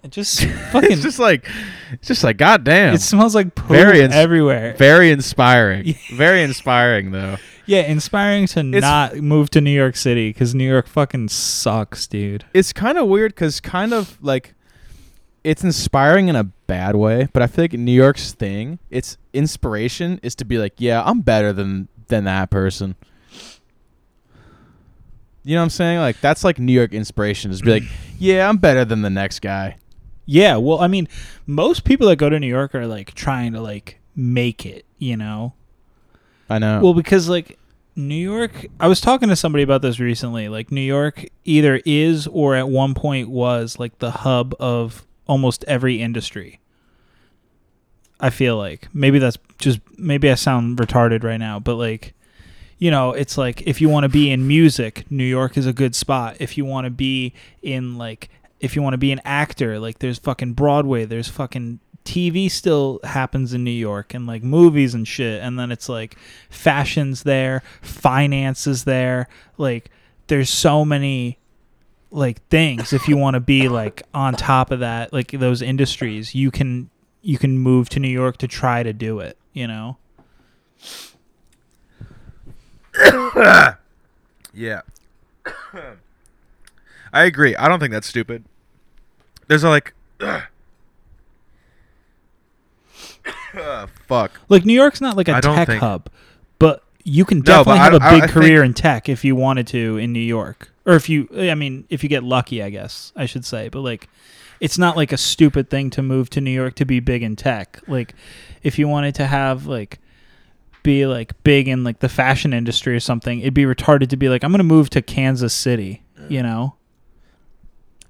It Just fucking
It's just like, it's just like, goddamn.
it smells like poop
Very ins-
everywhere.
very inspiring. very inspiring, though.
Yeah, inspiring to not move to New York City because New York fucking sucks, dude.
It's kind of weird because kind of like, it's inspiring in a bad way. But I feel like New York's thing, its inspiration is to be like, yeah, I'm better than than that person. You know what I'm saying? Like that's like New York inspiration is to be like, yeah, I'm better than the next guy.
Yeah, well, I mean, most people that go to New York are like trying to like make it, you know?
I know.
Well, because like New York, I was talking to somebody about this recently. Like, New York either is or at one point was like the hub of almost every industry. I feel like maybe that's just maybe I sound retarded right now, but like you know, it's like if you want to be in music, New York is a good spot. If you want to be in like if you want to be an actor, like there's fucking Broadway, there's fucking TV still happens in New York and like movies and shit and then it's like fashions there, finance is there, like there's so many like things if you want to be like on top of that like those industries you can you can move to new york to try to do it you know
Yeah. I agree. I don't think that's stupid. There's a like Ah, fuck.
like new york's not like a
I don't
tech
think-
hub but you can
but
definitely have
I-
a
I-
big
I
career in tech if you wanted to in new york or if you i mean if you get lucky i guess i should say but like it's not like a stupid thing to move to new york to be big in tech like if you wanted to have like be like big in like the fashion industry or something it'd be retarded to be like i'm gonna move to kansas city you know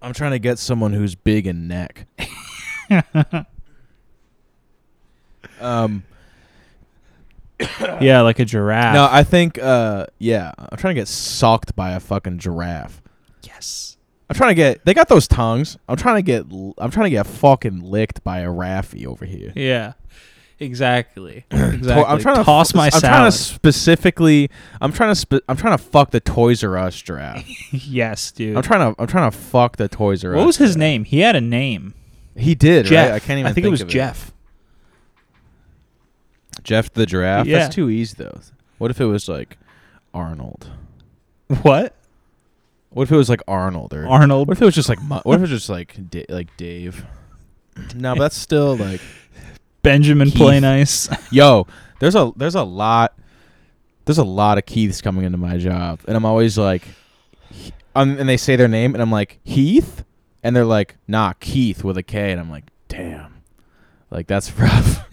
I'm trying to get someone who's big in neck. um
yeah like a giraffe
no, I think uh yeah, I'm trying to get socked by a fucking giraffe.
yes
I'm trying to get they got those tongues. I'm trying to get l- I'm trying to get fucking licked by a raffy over here.
yeah exactly exactly
I'm trying to
toss
f-
my
I'm trying to
salad
specifically. I'm trying to. Spe- I'm trying to fuck the Toys R Us giraffe.
yes dude
I'm trying to. I'm trying to fuck the Toys R Us.
what was his name he had a name
He did.
jeff
Right? I can't even.
think, it was
of
jeff
Jeff the giraffe.
Yeah.
That's too easy though. What if it was like Arnold?
what
What if it was like Arnold or
arnold
What if it was just like Mu- What if it was just like da- like Dave? No, but that's still like
benjamin
Keith.
play nice
yo. There's a there's a lot there's a lot of Keiths coming into my job, and I'm always like, he- um, and they say their name, and I'm like Heath, and they're like, nah, Keith with a K, and I'm like, damn, like that's rough.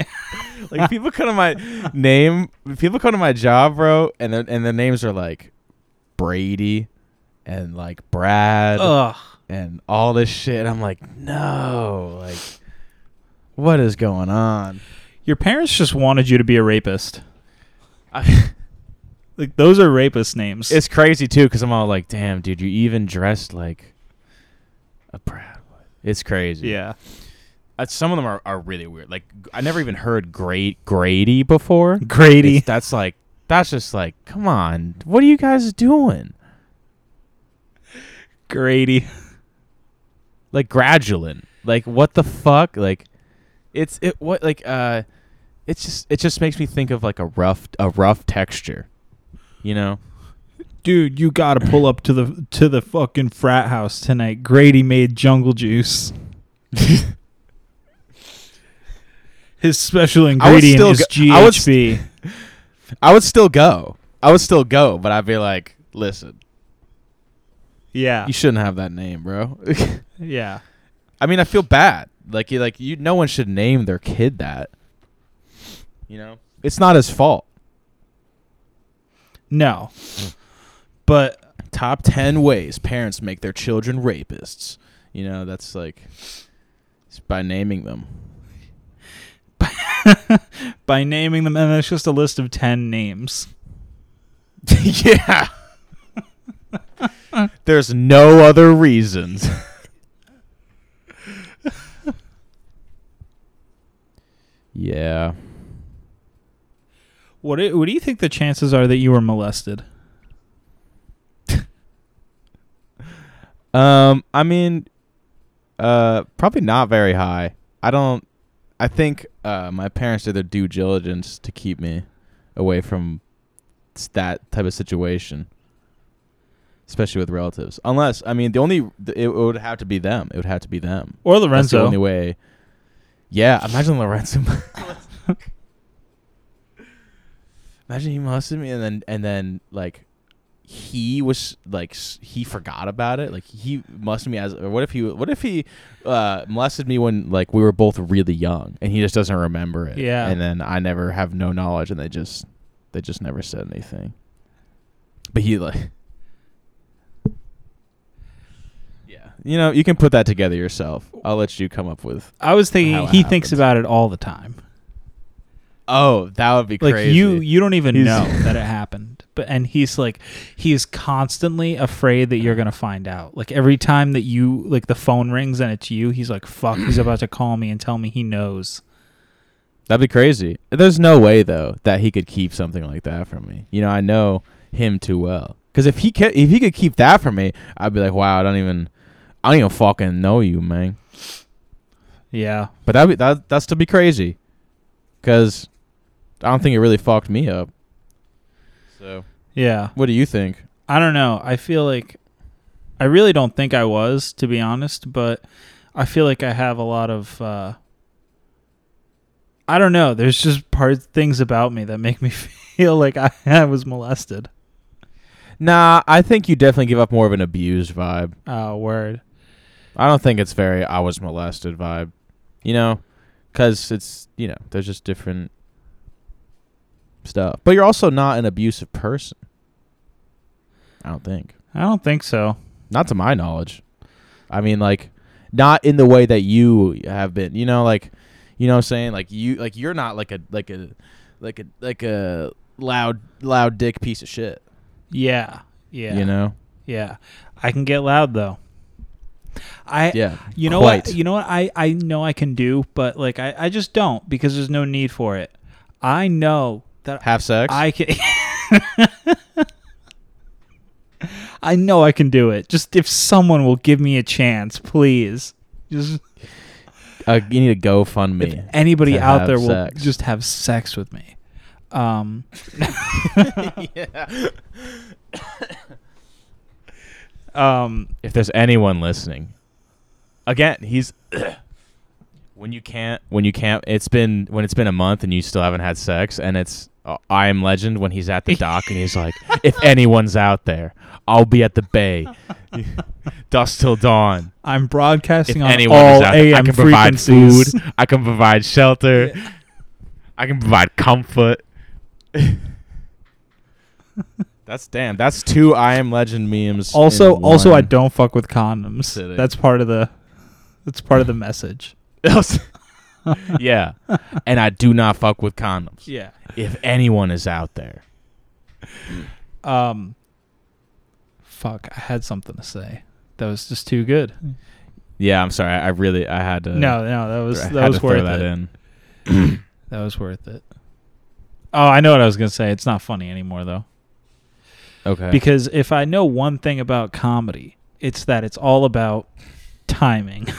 like people come to my name, people come to my job, bro, and their and their names are like Brady, and like Brad,
ugh
and all this shit. I'm like, no, like, what is going on?
your parents just wanted you to be a rapist
I,
Like those are rapist names.
It's crazy too because I'm all like, damn, dude, you even dressed like a Brad. It's crazy.
yeah.
Uh, some of them are, are really weird. Like g- I never even heard great Grady before.
Grady.
It's- that's like that's just like, come on, what are you guys doing?
Grady.
Like Gradulin. Like what the fuck? Like it's it what like uh, it's just it just makes me think of like a rough a rough texture, you know.
Dude, you gotta pull up to the to the fucking frat house tonight. Grady made jungle juice. His special
I would
ingredient
still
is
go- I would s-
GHB.
I would still go. I would still go, but I'd be like, listen,
yeah.
you shouldn't have that name, bro.
yeah.
I mean, I feel bad. Like you, like you, no one should name their kid that. You know, it's not his fault.
No. But
Top ten ways parents make their children rapists. You know, that's like it's by naming them.
by naming them and it's just a list of ten names.
yeah. There's no other reasons. yeah.
What do, what do you think the chances are that you were molested?
Um, I mean, uh, probably not very high. I don't. I think uh, my parents did their due diligence to keep me away from s- that type of situation, especially with relatives. Unless, I mean, the only th- it would have to be them. It would have to be them.
Or
That's the
Lorenzo?
only way. Yeah, imagine Lorenzo. imagine he molested me, and then and then like he was like s- he forgot about it. Like he molested me as. Or what if he? What if he uh, molested me when like we were both really young, and he just doesn't remember it.
Yeah.
and then I never have no knowledge, and they just they just never said anything. But he like. Yeah. You know, you can put that together yourself. I'll let you come up with.
I was thinking
How it
he thinks
happens.
about it all the time.
Oh, that would be
Like
crazy.
you you don't even
He's-
know that it happened. But and he's like he's constantly afraid that you're going to find out. Like every time that you like the phone rings and it's you, he's like fuck, he's about to call me and tell me he knows.
That'd be crazy. There's no way though that he could keep something like that from me. You know, I know him too well. Because if he could, if he could keep that from me, I'd be like, wow, I don't even, I don't even fucking know you, man.
Yeah.
But that that that's to be crazy. Because I don't think it really fucked me up. So,
Yeah.
what do you think?
I don't know. I feel like I really don't think I was, to be honest, but I feel like I have a lot of uh I don't know. There's just part things about me that make me feel like I, I was molested.
Nah, I think you definitely give up more of an abused vibe.
Oh, word.
I don't think it's very I was molested vibe, you know, because it's you know there's just different stuff. But you're also not an abusive person. I don't think,
I don't think so.
not to my knowledge. I mean, like, not in the way that you have been. You know, like, you know, what I'm saying like you like you're not like a like a like a like a loud loud dick piece of shit.
Yeah. Yeah.
You know,
Yeah. I can get loud though. I
Yeah,
You know
quite.
what? You know what? I I know I can do, but like I I just don't because there's no need for it. I know that
have sex.
I can. I know I can do it. Just if someone will give me a chance, please. Just
uh, you need to GoFundMe.
if anybody
to
out
have
there will
sex.
just have sex with me. Um, yeah. um,
if there's anyone listening again he's when you can't when you can't it's been when it's been a month and you still haven't had sex and it's uh, i am legend when he's at the dock and he's like if anyone's out there i'll be at the bay dusk till dawn
I'm
if
broadcasting on
anyone is
all
out there, i
AM
can provide food
frequencies.
i can provide shelter i can provide comfort that's damn that's two i am legend memes in
Also, also, I
one.
don't fuck with condoms.
Sitting.
That's part of the. That's part of the message.
yeah. And I do not fuck with condoms.
Yeah.
If anyone is out there,
Um, fuck, I had something to say. That was just too good.
Yeah, I'm sorry. I I really I had to.
No, no, that was
Uh, I
that
had
was
to throw
worth
that
it.
in.
That was worth it. Oh, I know what I was gonna say. It's not funny anymore though,
Okay.
because if I know one thing about comedy, it's that it's all about timing.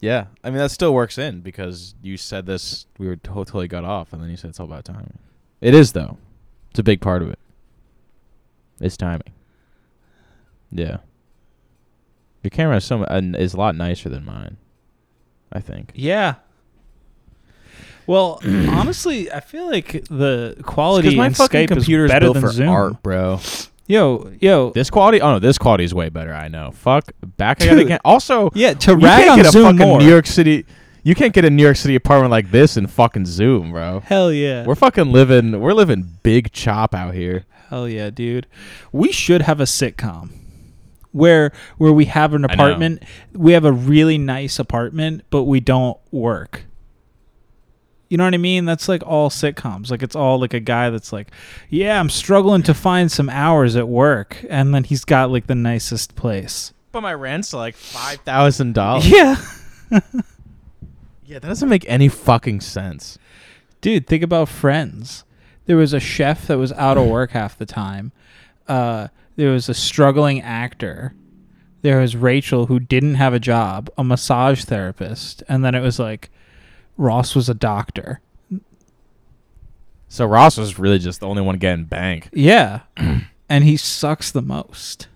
yeah, I mean that still works in because you said this. We were totally got off, and then you said it's all about timing. It is though. It's a big part of it. It's timing. Yeah. Your camera is so uh, is a lot nicer than mine. I think.
yeah. Well, honestly, I feel like the quality
Because my
in
fucking
Skype
computer
is
is
better
built
than
for
Zoom.
art, bro.
Yo, yo,
This quality, oh no, this quality is way better. I know. Fuck, back at it
Dude.
again. Also,
Yeah, to
you
rag
can't
on
get a
Zoom
fucking
more.
New York City. You can't get a New York City apartment like this in fucking Zoom, bro.
hell yeah,
We're fucking living. We're living big chop out here.
hell yeah, dude. We should have a sitcom where where we have an
know.
apartment. We have a really nice apartment, but we don't work. You know what I mean? That's like all sitcoms. Like it's all like a guy that's like, "Yeah, I'm struggling to find some hours at work," and then he's got like the nicest place.
But my rent's like five thousand dollars.
Yeah.
Yeah, that doesn't make any fucking sense.
Dude, think about Friends. There was a chef that was out of work half the time. Uh, there was a struggling actor. There was Rachel who didn't have a job, a massage therapist, and then it was like Ross was a doctor.
So Ross was really just the only one getting bank.
Yeah, and he sucks the most.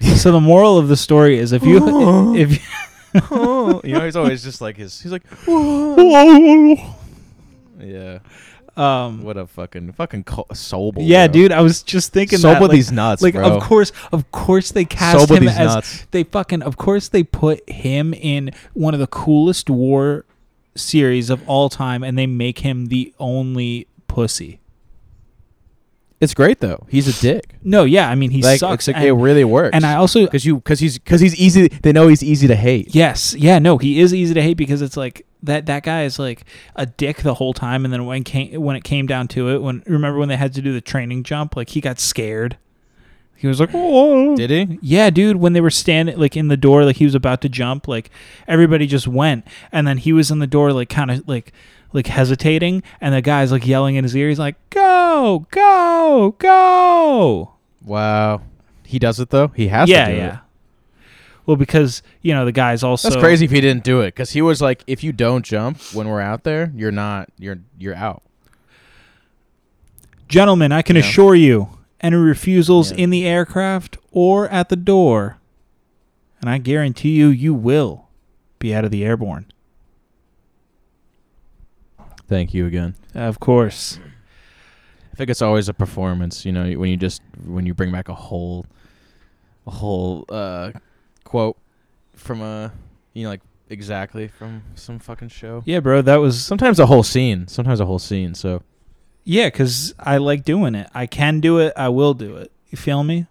so the moral of the story is if you if you-
Oh, you know, he's always just like his. He's like, yeah,
um
what a fucking fucking co- soul.
yeah, dude, I was just thinking
Sober
that, like-
these nuts,
like
bro.
of course, of course they cast
Sober
him
these
as
nuts.
they fucking of course they put him in one of the coolest war series of all time and they make him the only pussy.
It's great though. He's a dick.
No, yeah, I mean he
like
sucks.
it's like,
and,
it really works.
and I also
because you because he's because he's easy. They know he's easy to hate.
Yes, yeah, no, he is easy to hate because it's like that that guy is like a dick the whole time and then when came when it came down to it, when remember when they had to do the training jump, like he got scared. He was like, "Oh."
Did he?
Yeah, dude, when they were standing like in the door, like he was about to jump, like everybody just went, and then he was in the door, like kind of like like hesitating, and the guy's like yelling in his ear, he's like, "Go, go, go!"
Wow. He does it though. He has
yeah,
to. do
yeah.
It.
Well, because you know the guy's also
That's crazy if he didn't do it because he was like, if you don't jump when we're out there, you're not you're you're out.
Gentlemen, I can
Yeah.
assure you, any refusals
Yeah.
in the aircraft or at the door, and I guarantee you, you will be out of the airborne.
Thank you again.
Of course.
I think it's always a performance. You know, when you just when you bring back a whole a whole uh, quote from a you know like exactly from some fucking show.
Yeah, bro, that was
Sometimes a whole scene. Sometimes a whole scene. So
Yeah, because I like doing it. I can do it. I will do it. You feel me?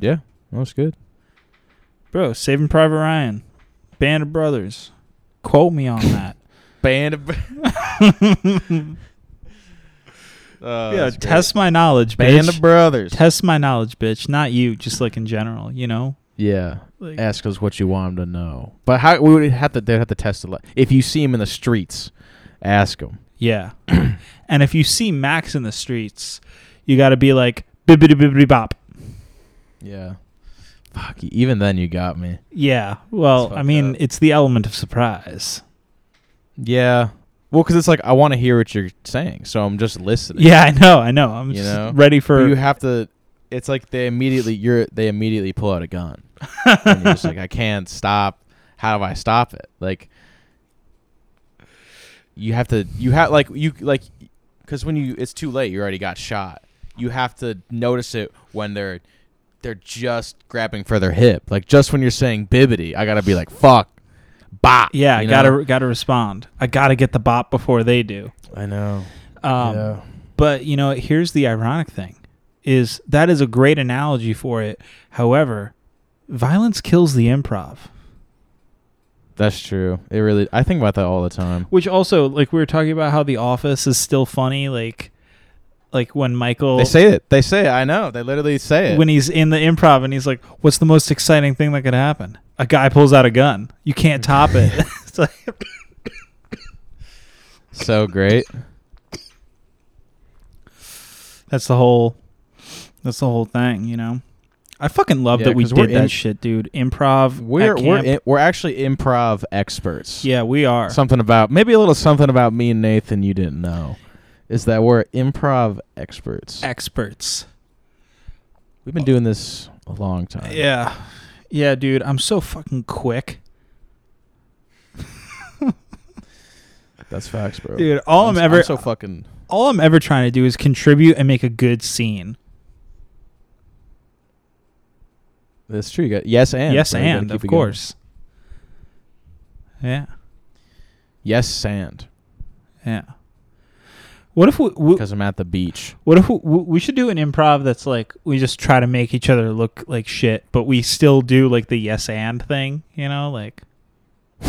yeah, that was good.
Bro, Saving Private Ryan, Band of Brothers. Quote me on that.
Band of. Oh,
yeah, test my knowledge, bitch.
Band of Brothers.
test my knowledge, bitch. Not you, just like in general, you know?
yeah,
Like,
ask us what you want them to know. But how we would have to they'd have to test it. Like, if you see him in the streets, ask him.
yeah. and if you see Max in the streets, you got to be like, bibbity bibbity bop.
Yeah. Fuck. e, Even then, you got me.
Yeah. Well,
That's
I
fucked
mean,
up.
it's the element of surprise.
Yeah. Well, because it's like I want to hear what you're saying, so I'm just listening.
Yeah, I know. I know. I'm
You
just
know?
ready
But
for.
you have to. It's like they immediately you're they immediately pull out a gun. and you're just like I can't stop. How do I stop it? Like you have to. You have like you like because when you it's too late. You already got shot. You have to notice it when they're they're just grabbing for their hip. Like just when you're saying bibbity, I gotta be like fuck, bop.
yeah,
you know?
gotta gotta respond. I gotta get the bop before they do.
I know.
Um,
Yeah.
But you know, here's the ironic thing: is that is a great analogy for it. However, violence kills the improv.
That's true. It really. I think about that all the time.
Which also, like we were talking about, how The Office is still funny. Like, like when Michael
They say it. They say it. I know. They literally say it.
when he's in the improv and he's like, "What's the most exciting thing that could happen?" A guy pulls out a gun. You can't top it. it's like,
so great.
that's the whole. That's the whole thing, you know. I fucking love
Yeah,
that we
'cause
did
we're
that
in-
shit, dude. Improv. at
We're we're
camp.
in, we're actually improv experts.
yeah, we are.
Something about maybe a little something about me and Nathan you didn't know is that we're improv experts.
experts.
We've been doing this a long time.
Yeah. Yeah, dude, I'm so fucking quick.
That's facts, bro.
Dude, all I'm, ever
so fucking
all I'm ever trying to do is contribute and make a good scene.
That's true. You got yes and
yes,
bro. You gotta
and
keep
of
it going.
course. Yeah.
Yes, sand.
Yeah. What if we, we
Because I'm at the beach.
what if we, we should do an improv that's like we just try to make each other look like shit, but we still do like the yes and thing, you know, like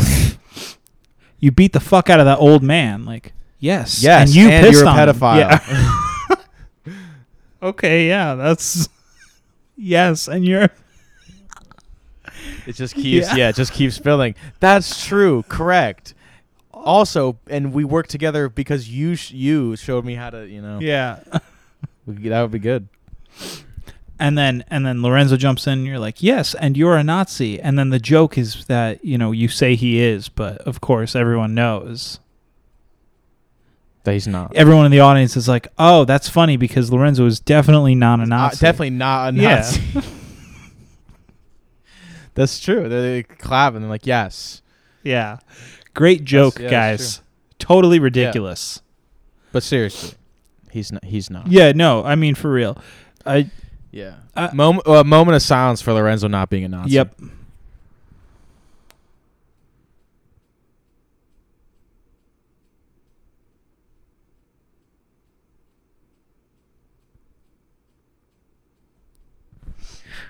you beat the fuck out of that old man, like yes,
Yes,
and you
and
pissed
you're a
on him.
pedophile.
Yeah. Okay, yeah, that's yes, and you're
It just keeps
Yeah.
yeah. it just keeps spilling. That's true. Correct. Also, and we work together because you sh- you showed me how to, you know.
yeah,
we could- That would be good.
and then and then Lorenzo jumps in. and You're like yes, and you're a Nazi, and then the joke is that you know you say he is, but of course everyone knows.
That he's not.
Everyone in the audience is like, oh, that's funny because Lorenzo is uh, definitely not a Nazi.
definitely not a
Yeah.
Nazi. That's true. They, they clap and they're like, "Yes."
yeah, great joke,
yeah, that's
guys. Totally ridiculous.
But seriously, he's not. He's not.
Yeah. no, I mean for real. I
Yeah.
Uh,
moment. Uh, moment of silence for Lorenzo not being a Nazi.
yep.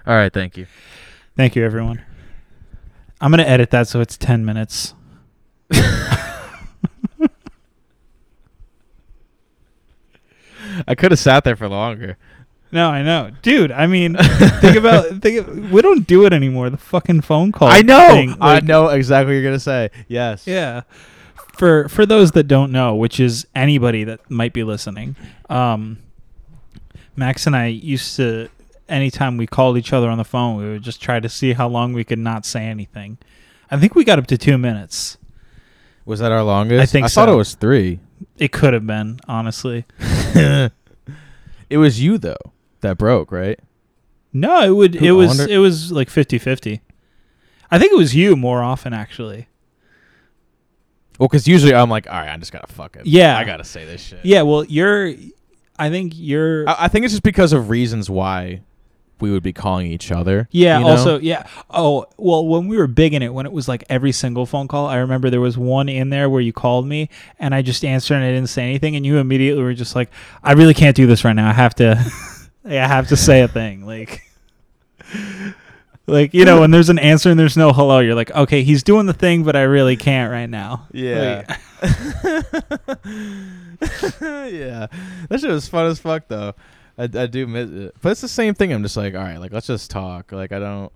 All right. Thank you.
Thank you, everyone. I'm gonna edit that so it's ten minutes.
I could have sat there for longer.
No, I know, dude. I mean, think about think. of- we don't do it anymore. The fucking phone call.
I know.
thing,
I
Oh, like,
know exactly what you're gonna say. Yes.
Yeah. For for those that don't know, which is anybody that might be listening, um, Max and I used to. Anytime we called each other on the phone, we would just try to see how long we could not say anything. I think we got up to two minutes.
Was that our longest?
I think
I thought
so.
it was three.
It could have been, honestly.
It was you though that broke, right?
No, it would.
Who
it was.
wonder-
It was like 50-50. I think it was you more often, actually.
Well, because usually I'm like, all right, I just gotta fuck it.
Yeah.
I gotta say this shit.
Yeah, well, you're. I think you're.
I, I think it's just because of reasons why we would be calling each other.
yeah.
you know?
Also, yeah. Oh, well, when we were big in it, when it was like every single phone call, I remember there was one in there where you called me and I just answered and I didn't say anything, and you immediately were just like, "I really can't do this right now. I have to. like, I have to say a thing." Like. Like you know, when there's an answer and there's no hello, you're like, okay, he's doing the thing, but I really can't right now.
Yeah.
Like,
yeah. That shit was fun as fuck though. I, I do miss it. But it's the same thing. I'm just like, all right, like let's just talk. Like I don't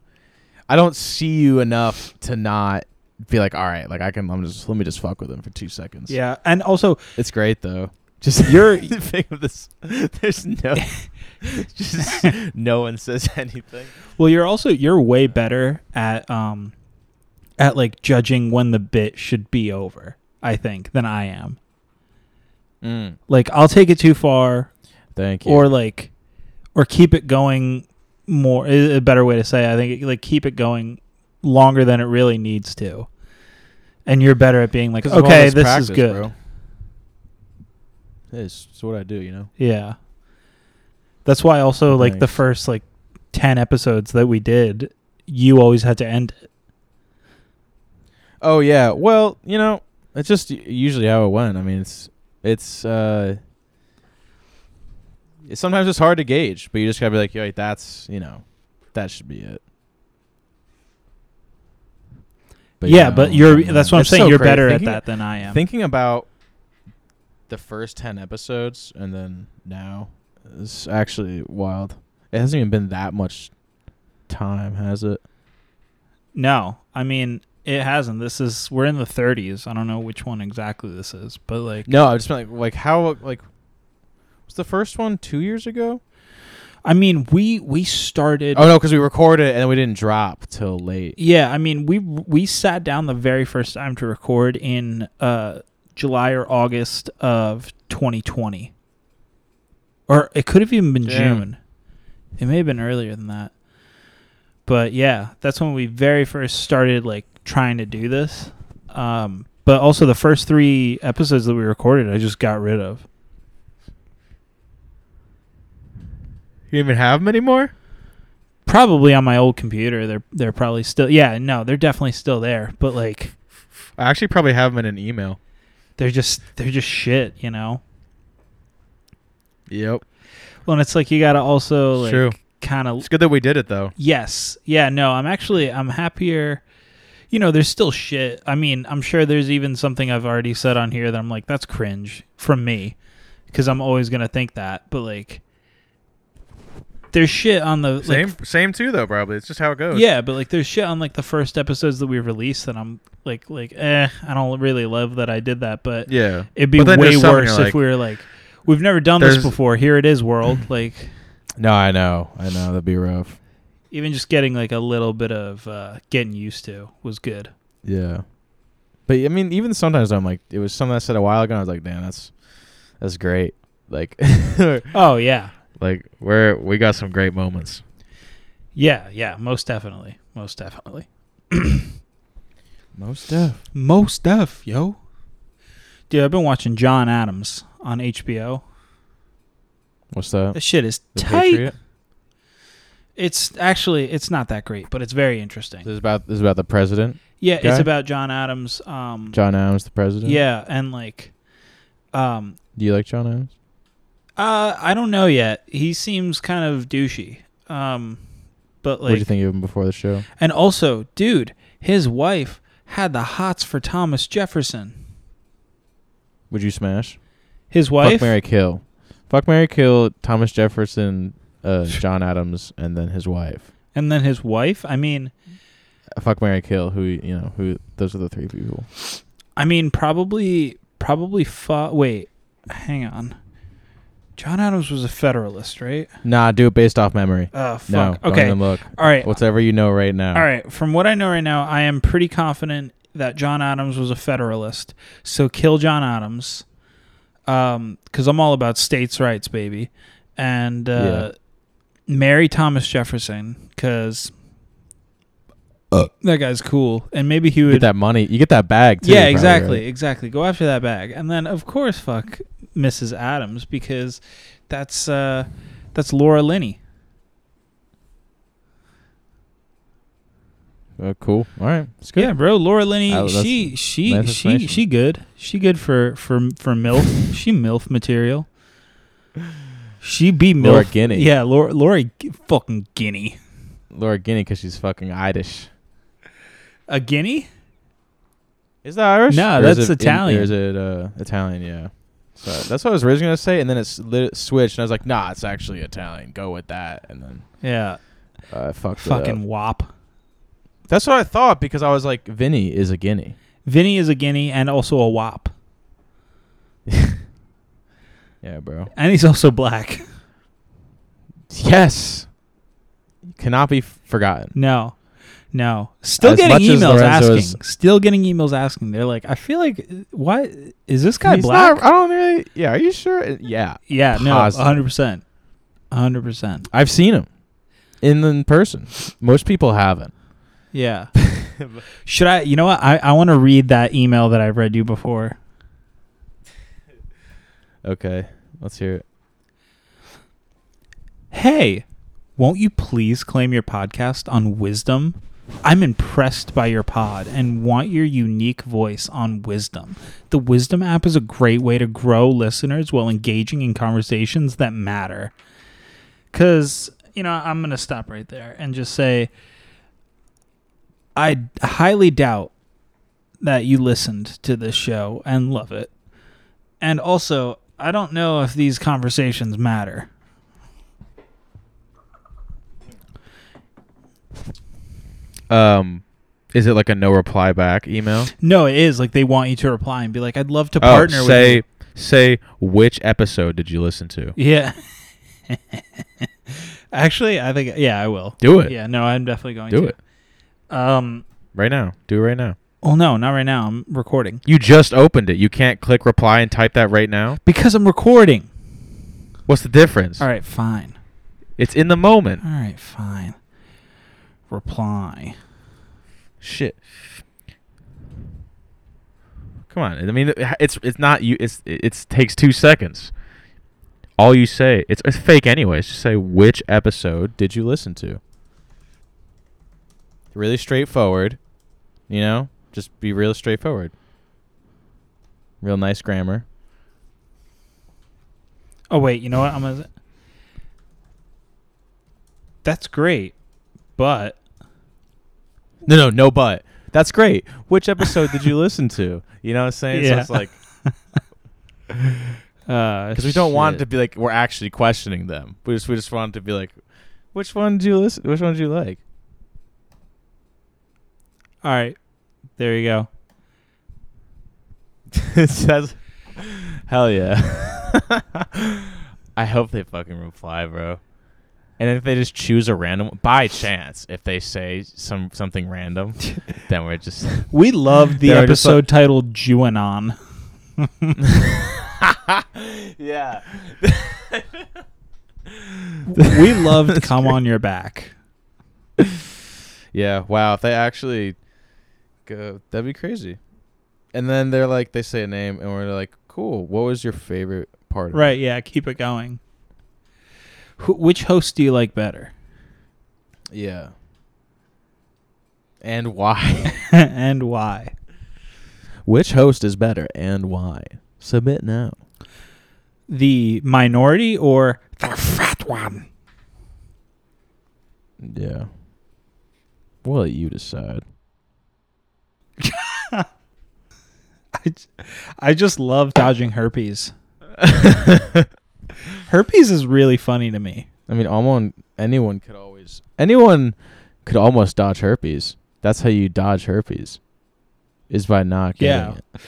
I don't see you enough to not be like, all right, like I can I'm just let me just fuck with him for two seconds.
yeah, and also
It's great though. Just
You're-
the thing of this there's no just no one says anything.
Well, you're also you're way better at um at like judging when the bit should be over, I think, than I am.
Mm,
Like I'll take it too far
thank
or like or keep it going more i- a better way to say it, I think like keep it going longer than it really needs to. And you're better at being like,
'Cause of all
okay,
this
this
practice,
is good.
bro. It's, it's what I do, you know.
Yeah. That's why also like the
Thanks.
first like 10 episodes that we did, you always had to end it.
Oh yeah. Well, you know, it's just u- usually how it went. I mean, it's it's uh it's sometimes it's hard to gauge, but you just gotta be like, "Yo, like, that's you know, that should be it. But
yeah,
you
but
know,
you're
um,
that's what I'm
it's
saying.
so
you're
crazy.
better
Thinking-
at that than I am.
Thinking about the first ten episodes and then now is actually wild. It hasn't even been that much time, has it?
no, I mean it hasn't. This is we're in the 30s. I don't know which one exactly this is, but like
No, I just meant like, like how like was the first one two years ago?
I mean we we started.
Oh no, because we recorded it and we didn't drop till late.
Yeah, I mean we we sat down the very first time to record in uh, July or August of 2020, or it could have even been
Damn.
June. It may have been earlier than that, but yeah, that's when we very first started like trying to do this. Um, but also the first three episodes that we recorded, I just got rid of.
You even have them anymore?
Probably on my old computer. They're they're probably still yeah no they're definitely still there, but like
I actually probably have them in an email.
they're just they're just shit, you know.
Yep,
Well, and it's like you gotta also like
true.
kind of
It's good that we did it though.
yes, yeah, no. I'm actually I'm happier. You know, there's still shit. I mean, I'm sure there's even something I've already said on here that I'm like, that's cringe from me, because I'm always gonna think that. But like, there's shit on the like,
Same, same too though. Probably it's just how it goes.
yeah, but like there's shit on like the first episodes that we released that I'm like like eh, I don't really love that I did that, but
yeah.
it'd be
But then
way
there's some
worse
you're
if
like-
we were like, we've never done this
There's-
before. Here it is, world. Like.
No, I know, I know that'd be rough.
even just getting like a little bit of uh, getting used to was good.
Yeah. But I mean, even sometimes I'm like, it was something I said a while ago. And I was like, damn, that's that's great. Like,
Oh yeah,
like we're we got some great moments.
yeah, yeah. Most definitely, most definitely,
Most stuff.
most def, yo. Dude, I've been watching John Adams on HBO.
What's that?
That shit is
The
tight.
Patriot?
It's actually it's not that great, but it's very interesting.
This is about this is about the president,
yeah,
guy?
it's about John Adams. Um,
John Adams, the president.
yeah, and like, um,
Do you like John Adams?
uh, I don't know yet. He seems kind of douchey. Um, but like,
what did you think of him before the show?
And also, dude, his wife had the hots for Thomas Jefferson.
Would you smash?
His wife?
Fuck Mary Kill. Fuck Mary Kill. Thomas Jefferson, uh, John Adams, and then his wife. Uh,
And then his wife? I mean,
Fuck Mary Kill. Who you know? Who those are the three people.
I mean, probably, probably, fu- wait, hang on. John Adams was a Federalist, right?
Nah, do it based off memory.
Uh,
No,
fuck.
don't
okay.
even look.
All right.
Whatever you know right now.
All right. From what I know right now, I am pretty confident that John Adams was a Federalist. So kill John Adams. Um, because I'm all about states' rights, baby. And uh, marry Thomas Jefferson, because that guy's cool. And maybe he
You Uh. get
would.
that money. You get that bag too.
yeah,
probably,
exactly.
right?
Exactly. Go after that bag. And then, of course, fuck Mrs. Adams, because that's, uh, that's Laura Linney.
Uh, cool. All right. It's good.
Yeah, bro. Laura Linney,
Uh, that's
she she
nice
she
information.
she good. She good for for for milf. she milf material. She be milf.
Laura Guinea.
Yeah, Laura Laura G- fucking guinea.
Laura Guinea because she's fucking Irish.
A guinea?
Is that Irish?
No,
Or is
that's
it in-
Italian.
or is it uh, Italian? Yeah. So that's what I was originally gonna say, and then it's lit, switched, and I was like, "Nah, it's actually Italian. Go with that." And then
Yeah.
uh, I fucked it
Fucking
up.
wop.
That's what I thought because I was like, "Vinny is a guinea."
Vinny is a guinea and also a wop.
Yeah, bro.
And he's also black.
Yes. Cannot be f- forgotten.
No. No. Still
As
getting
much as
emails asking.
Lorenzo is-
Still getting emails asking. They're like, I feel like why is this guy
He's
black?
not- I don't really. Yeah. Are you sure? Uh, Yeah.
yeah, no,
positive.
100%. 100%.
I've seen him in in person. Most people haven't.
Yeah. Should I? You know what? I, I want to read that email that I've read you before.
Okay, let's hear it.
Hey, won't you please claim your podcast on Wisdom? I'm impressed by your pod and want your unique voice on Wisdom. The Wisdom app is a great way to grow listeners while engaging in conversations that matter. Because, you know, I'm going to stop right there and just say I d- highly doubt that you listened to this show and love it. And also, I don't know if these conversations matter.
Um, is it like a no reply back email?
No, it is like they want you to reply and be like, "I'd love to
Oh,
partner
say
with
say which episode did you listen to?
you." Yeah. Actually, I think yeah, I will.
Do it.
Yeah, no, I'm definitely going
Do
to.
it
Um
right now. Do it right now.
well, no, not right now. I'm recording.
You just opened it. You can't click reply and type that right now.
Because I'm recording.
What's the difference?
All right, fine.
It's in the moment.
All right, fine. Reply.
Shit. Come on. I mean, it's it's not you. It's it takes two seconds. All you say it's it's fake anyways. Just say which episode did you listen to. Really straightforward, you know. Just be real straightforward. Real nice grammar.
Oh wait, you know what? I'm gonna. That's great, but
No, no, no, but that's great. Which episode did you listen to? You know what I'm saying? So
Yeah.
it's like
because uh,
because we don't want it to be like we're actually questioning them. We just we just want it to be like, which one do you listen? Which one do you like?
All right, there you go.
It says, hell yeah. I hope they fucking reply, bro. And if they just choose a random, by chance, if they say some something random, then we're just
We love the
They were just
episode titled "Juanon."
yeah.
we loved "Come on Your Back."
Yeah, wow. If they actually go, that'd be crazy. And then they're like, they say a name, and we're like, cool. What was your favorite part? Of it?
Right? Yeah, keep it going. Who, which host do you like better,
Yeah. And why?
and why?
Which host is better, and why? Submit now.
The minority or
The fat one.
Yeah. We'll let you decide.
I, j- I just love dodging herpes. herpes is really funny to me.
I mean, almost anyone could always anyone could almost dodge herpes. That's how you dodge herpes, is by not getting
Yeah.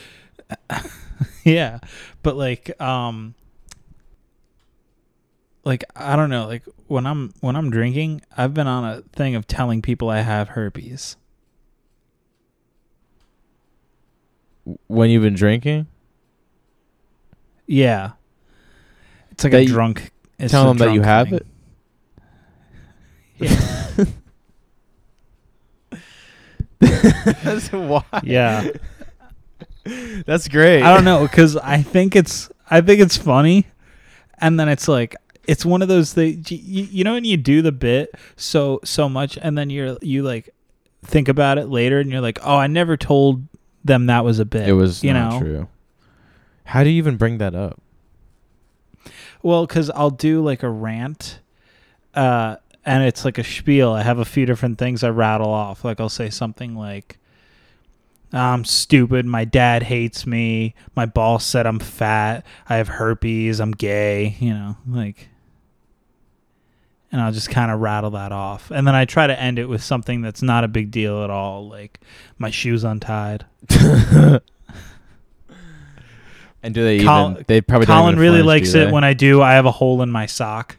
it.
yeah but like um like i don't know like when i'm when i'm drinking i've been on a thing of telling people i have herpes
When you've been drinking,
yeah it's like
That
a
you-
drunk it's
tell
a
them that you
drunk
have
thing.
it.
yeah,
That's why.
yeah.
That's great.
i don't know because i think it's i think it's funny and then it's like it's one of those things you, you know when you do the bit so so much and then you're you like think about it later and you're like oh i never told them that was a bit
It was
you
not
know
true. How do you even bring that up?
Well, because I'll do like a rant, uh, and it's like a spiel. I have a few different things I rattle off. Like I'll say something like, "I'm stupid. My dad hates me. My boss said I'm fat. I have herpes. I'm gay." You know, like, and I'll just kind of rattle that off, and then I try to end it with something that's not a big deal at all, like my shoes untied.
And do they
Col-
even? They probably don't
Colin
even
really
flinch,
likes
do
it
they?
when I do. I have a hole in my sock.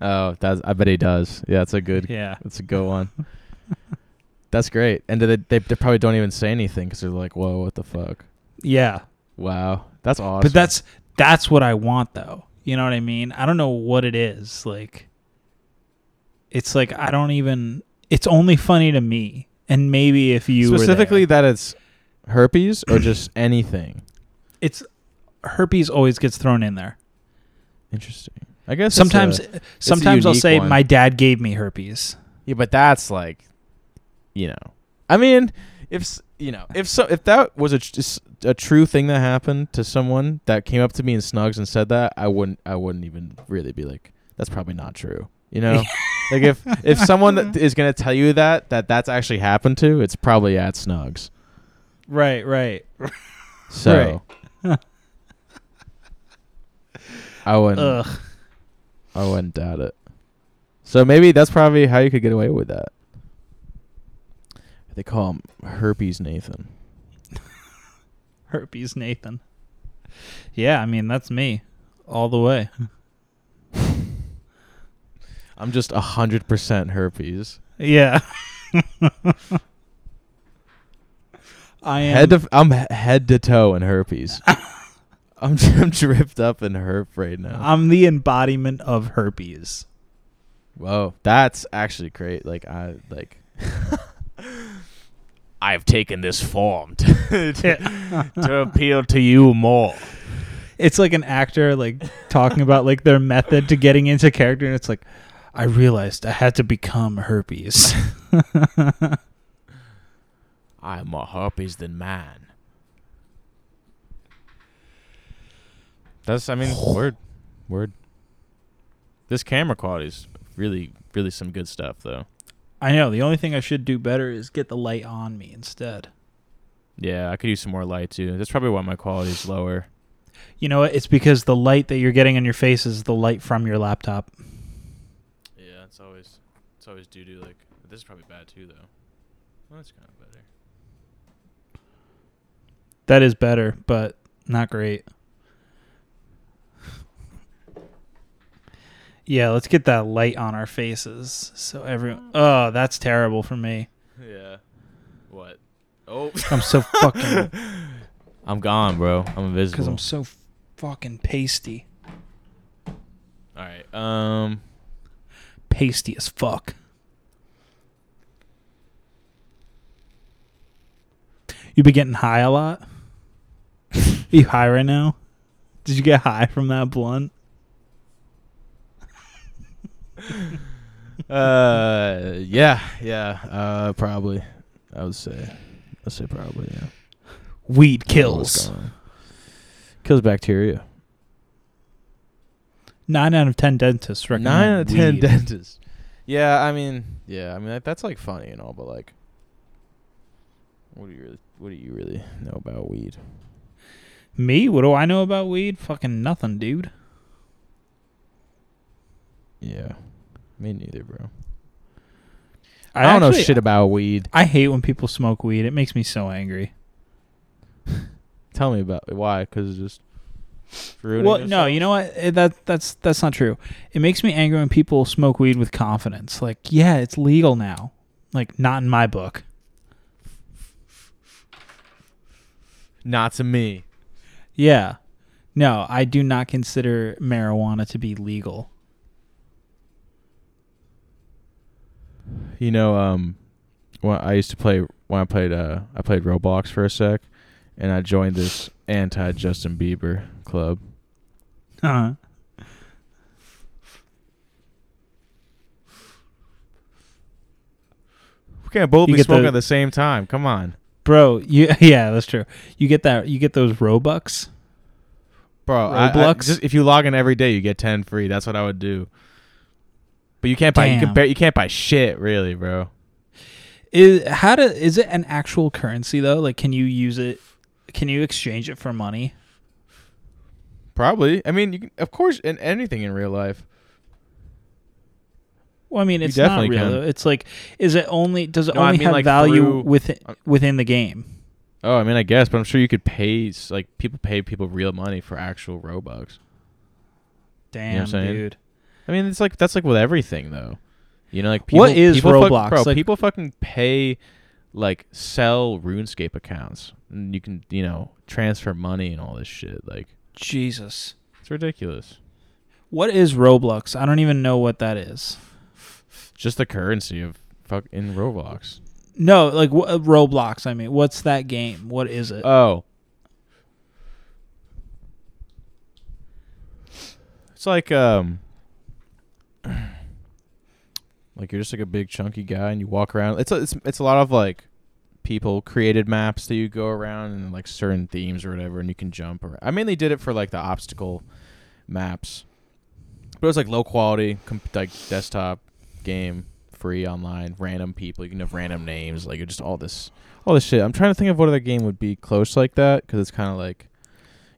Oh, that's. I bet he does. Yeah, that's a good.
Yeah.
That's a good one. That's great. And they, they they probably don't even say anything because they're like, whoa, what the fuck?
Yeah.
Wow, that's awesome.
but that's that's what I want though. You know what I mean? I don't know what it is. Like it's like I don't even it's only funny to me. And maybe if you were
specifically
there.
that it's herpes or just anything.
it's herpes always gets thrown in there.
Interesting. I guess it's
Sometimes
a-
sometimes I'll
unique
say
one.
my dad gave me herpes.
yeah, but that's like, you know, I mean, if s- you know, if so, if that was a tr- s- a true thing that happened to someone that came up to me in snugs and said that, I wouldn't I wouldn't even really be like, that's probably not true. You know, like if if someone that is gonna tell you that that that's actually happened to, it's probably at snugs.
Right, right.
So I wouldn't
Ugh.
I wouldn't doubt it. So maybe that's probably how you could get away with that. They call him herpes Nathan.
Herpes Nathan. Yeah, I mean that's me, all the way.
I'm just a hundred percent herpes.
Yeah. I am.
Head to, I'm he- head to toe in herpes. I'm, I'm dripped up in herp right now.
I'm the embodiment of herpes.
Whoa, that's actually great. Like I like I've taken this form to, to, to appeal to you more.
It's like an actor like talking about like their method to getting into character, and it's like, I realized I had to become herpes.
I'm more herpes than man. That's I mean word word. This camera quality's really really some good stuff though.
I know. The only thing I should do better is get the light on me instead.
Yeah, I could use some more light too. That's probably why my quality's lower.
You know what? It's because the light that you're getting on your face is the light from your laptop.
Yeah, it's always it's always doo doo. Like this is probably bad too, though. Well, that's kind of better.
That is better, but not great. Yeah, let's get that light on our faces so everyone. Oh, that's terrible for me.
Yeah. What? Oh,
I'm so fucking
I'm gone, bro. I'm invisible.
because I'm so fucking pasty,
All right. Um.
pasty as fuck. You been getting high a lot? Are you high right now? Did you get high from that blunt?
Uh. Yeah. Yeah. Uh. Probably. I would say. I'd say probably. Yeah.
Weed
Oh, What's
kills.
going on? Kills bacteria.
Nine out of ten dentists recommend
Nine out of ten
weed.
dentists. Yeah, I mean, yeah, I mean that, that's like funny and all, but like, what do you really, what do you really know about weed?
Me? What do I know about weed? Fucking nothing, dude.
Yeah, me neither, bro.
I,
I, uh, don't know
actually-
shit about weed.
I hate when people smoke weed. It makes me so angry.
Tell me about why? Because it's just ruining.
Well, no, you know what? Eh, That that's that's not true. It makes me angry when people smoke weed with confidence. Like, yeah, it's legal now. Like, not in my book.
not to me.
Yeah. No, I do not consider marijuana to be legal.
You know, um, when I used to play when I played uh I played Roblox for a sec, and I joined this anti Justin Bieber club.
Uh-huh.
We can't both
You
be
get the-
smoking at the same time. Come on.
Bro, you yeah, that's true. You get that you get those Robux?
Bro, I- I-
Roblox?
just if you log in every day, you get ten free. That's what I would do. But you can't buy. You can
Damn.
bar- You can't buy shit, really, bro.
Is how do is it an actual currency though? Like can you use it can you exchange it for money?
Probably. I mean, you can, of course, in anything in real life.
Well, I mean, it's
definitely
not real.
can.
though. It's like, is it only does it
No, I
only
mean,
have
like,
value
through- uh,
within within the game?
Oh, I mean, I guess, but I'm sure you could pay s- like people pay people real money for actual Robux.
Damn,
know what I'm saying?
dude.
I mean, it's like that's like with everything though. You know, like people,
What is
people fuck-
Roblox?
bro?
Like-
people fucking pay, like sell RuneScape accounts, and you can you know transfer money and all this shit. Like
Jesus.
it's ridiculous.
What is Roblox? I don't even know what that is.
Just the currency of fuck in Roblox.
No, like wh- Roblox. I mean, what's that game? What is it?
Oh. It's like um like you're just like a big chunky guy and you walk around. It's a, it's it's a lot of like people created maps that you go around and like certain themes or whatever and you can jump around. I mainly did it for like the obstacle maps. But it was like low quality comp- like desktop game free online. Random people. You can have random names. Like just all this, all this shit. I'm trying to think of what other game would be close like that because it's kind of like,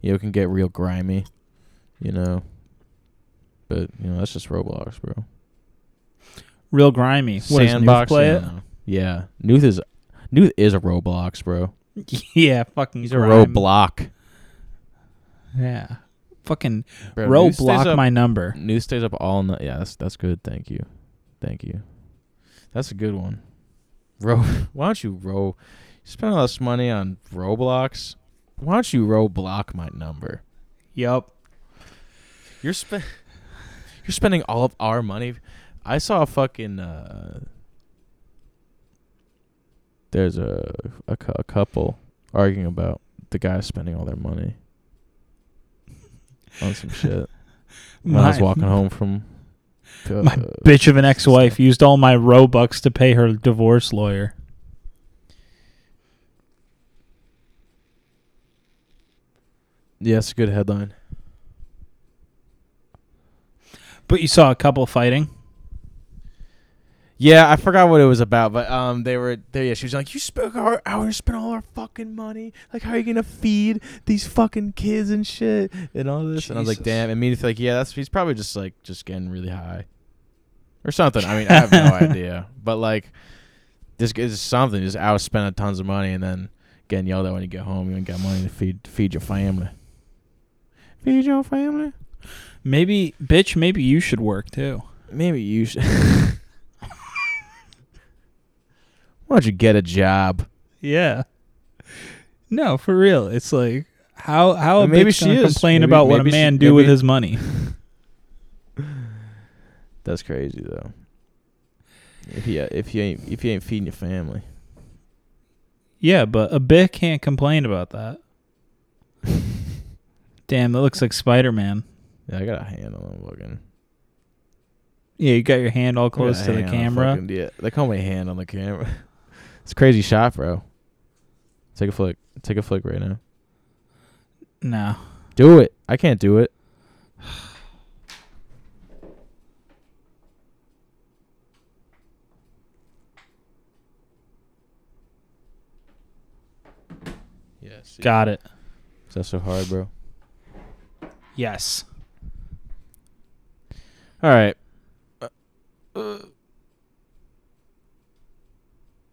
you know, it can get real grimy, you know. But you know, that's just Roblox, bro.
Real grimy. What, does Noob
Sandbox.
play
you
it?
know. Yeah, Newth is, Newth is a Roblox, bro.
yeah, fucking.
He's a
grime.
Roblox.
Yeah, fucking
Bro, Newth stays
Roblock
up-
my number.
Newth stays up all night. Yeah, that's that's good. Thank you, thank you. That's a good one. Ro, why don't you ro? You spend all this money on Roblox. Why don't you Roblox my number?
Yep.
You're spend You're spending all of our money. I saw a fucking uh There's a a, cou- a couple arguing about the guy spending all their money on some shit. When I was
My-
walking home from uh,
My bitch of an ex-wife used all my Robux to pay her divorce lawyer.
Yes, good headline.
But you saw a couple fighting.
Yeah, I forgot what it was about, but um, they were there. Yeah, she was like, "You spent our hours, spent all our fucking money. Like, how are you gonna feed these fucking kids and shit and all this?" And I was like,
Jesus.
"Damn!" Immediately, like, yeah, that's he's probably just like just getting really high or something. I mean, I have no idea, but like, this is something. Just out spending tons of money and then getting yelled at when you get home. You ain't got money to feed feed your family. Feed your family.
Maybe, bitch. Maybe you should work too.
Maybe you should. Why don't you get a job?
Yeah. No, for real. It's like how how a
But maybe
bitch
she
gonna
is.
complain
Maybe-
about what a
maybe she-
man do with
maybe-
his money.
That's crazy though. If you if you ain't if you ain't feeding your family,
Yeah, but a bitch can't complain about that. Damn, that looks like Spider Man.
yeah, I got a hand on them fucking.
Yeah, you got your hand all
I got
close
a
to the
hand on
camera.
fucking- yeah, they call me hand on the camera. it's a crazy shot, bro. Take a flick. Take a flick right now.
No.
Do it. I can't do it. Yes.
Got it.
Is that so hard, bro?
Yes.
All right.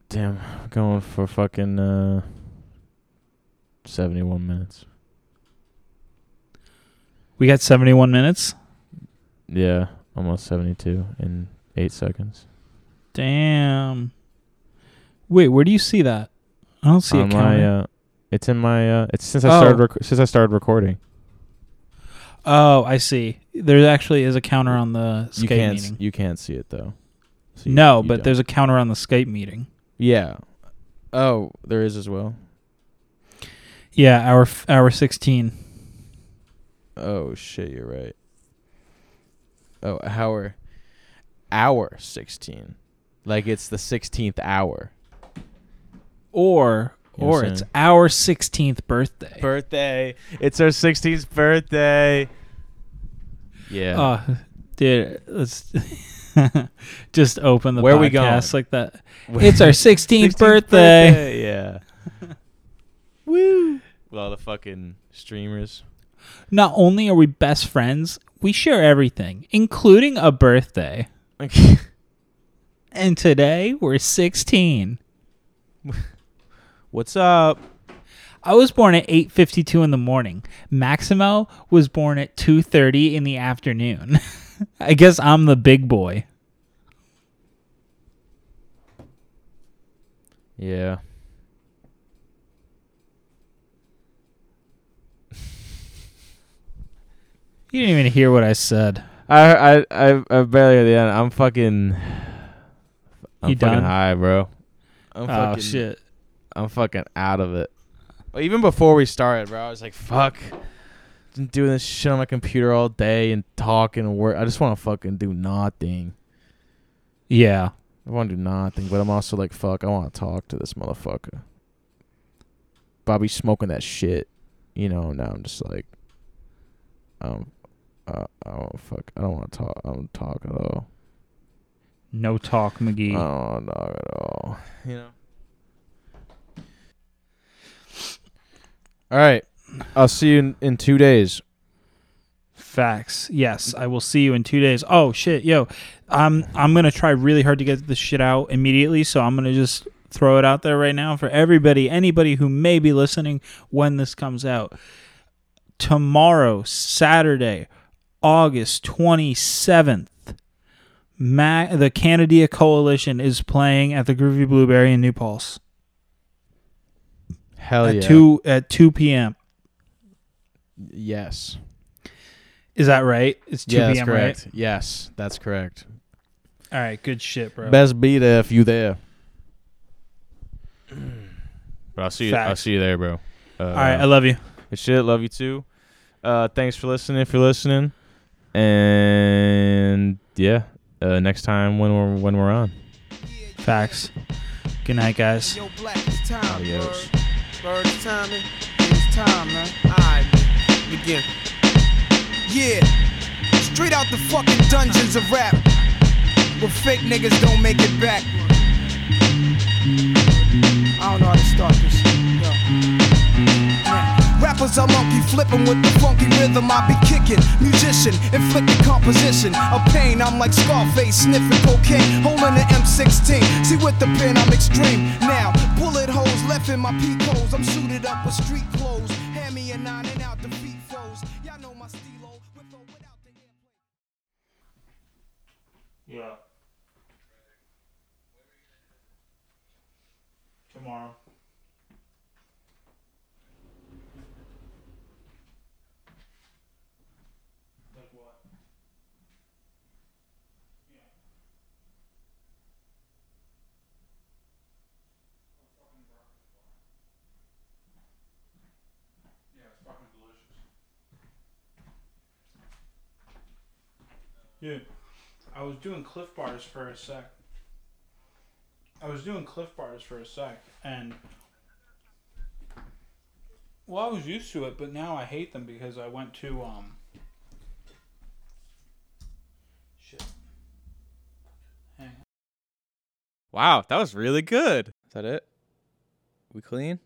Damn, we're going for fucking uh, seventy-one minutes.
We got seventy one minutes.
Yeah, almost seventy-two in eight seconds.
Damn. Wait, where do you see that? I don't see
On
it
my,
counting.
uh, it's in my. Uh, it's since I
Oh.
started. Rec- since I started recording.
oh, I see. There actually is a counter on the Skype
you can't. s-
meeting.
You can't see it though. So you-
no,
you
but
don't.
there's a counter on the Skype meeting.
Yeah. Oh, there is as well.
Yeah, hour f- hour sixteen.
Oh shit, you're right. Oh, hour hour 16. Like it's the 16th hour.
Or
You know what
or
I'm
it's
saying?
our sixteenth birthday.
Birthday. It's our 16th birthday. Yeah.
Oh, dude, let's just open the
Where
podcast
we going?
like that. It's our 16th,
16th
birthday.
Yeah. Woo. With all the fucking streamers.
Not only are we best friends, we share everything, including a birthday. And today we're 16.
What's up?
I was born at 8:52 in the morning. Maximo was born at 2:30 in the afternoon. I guess I'm the big boy.
Yeah.
You didn't even hear what I said.
I I I, I barely at the end. I'm fucking. I'm
You
fucking
done?
high, bro. I'm
Oh
fucking,
shit.
I'm fucking out of it. Well, even before we started, bro, I was like, "Fuck." Been doing this shit on my computer all day and talking and work. I just want to fucking do nothing.
Yeah.
I want to do nothing, but I'm also like, "Fuck," I want to talk to this motherfucker. Bobby smoking that shit, you know. Now I'm just like, um, uh, oh fuck, I don't want to talk. I don't talk at all.
No talk, McGee.
Uh,
Oh, not at all.
You know. All right. I'll see you in, in two days.
Facts. Yes, I will see you in two days. Oh shit, yo, I'm I'm gonna try really hard to get this shit out immediately. So I'm gonna just throw it out there right now for everybody, anybody who may be listening when this comes out. Tomorrow, Saturday, August twenty seventh, Ma- the Canada Coalition is playing at the Groovy Blueberry in New Paltz
Hell
at two at two p.m.
Yes.
Is that right? It's two
yes,
p.m.
correct. Yes, that's correct.
right. All right, good shit, bro.
Best be there if you there. But I'll see you. I'll
Facts.
see you there, bro. Uh,
All right, I love you.
Good shit. Love you too. Uh, thanks for listening. If you're listening, and yeah, uh, next time when we're when we're on.
Facts. Good night, guys.
Yo, black, it's time.
Adios.
Bird, bird timing. It's time, man. Alright, man. begin. Yeah, straight out the fucking dungeons of rap, where fake niggas don't make it back. I don't know how to start this. Yo. Rappers are monkey flipping with the funky rhythm I be kicking. Musician, inflicting composition of pain. I'm like Scarface sniffing cocaine, holding an M16. See with the pen, I'm extreme. Now bullet holes left in my peacoats. I'm suited up with street clothes. Hand me a nine and out the feet foes. Y'all know my stilo. With or without the airplane.
Yeah. Tomorrow. Like what? Yeah, it's fucking delicious. Dude. I was doing Cliff Bars for a sec. I was doing Cliff Bars for a sec, and well, I was used to it, but now I hate them because I went to um. Shit. Hang on.
Wow, that was really good. Is that it? We clean?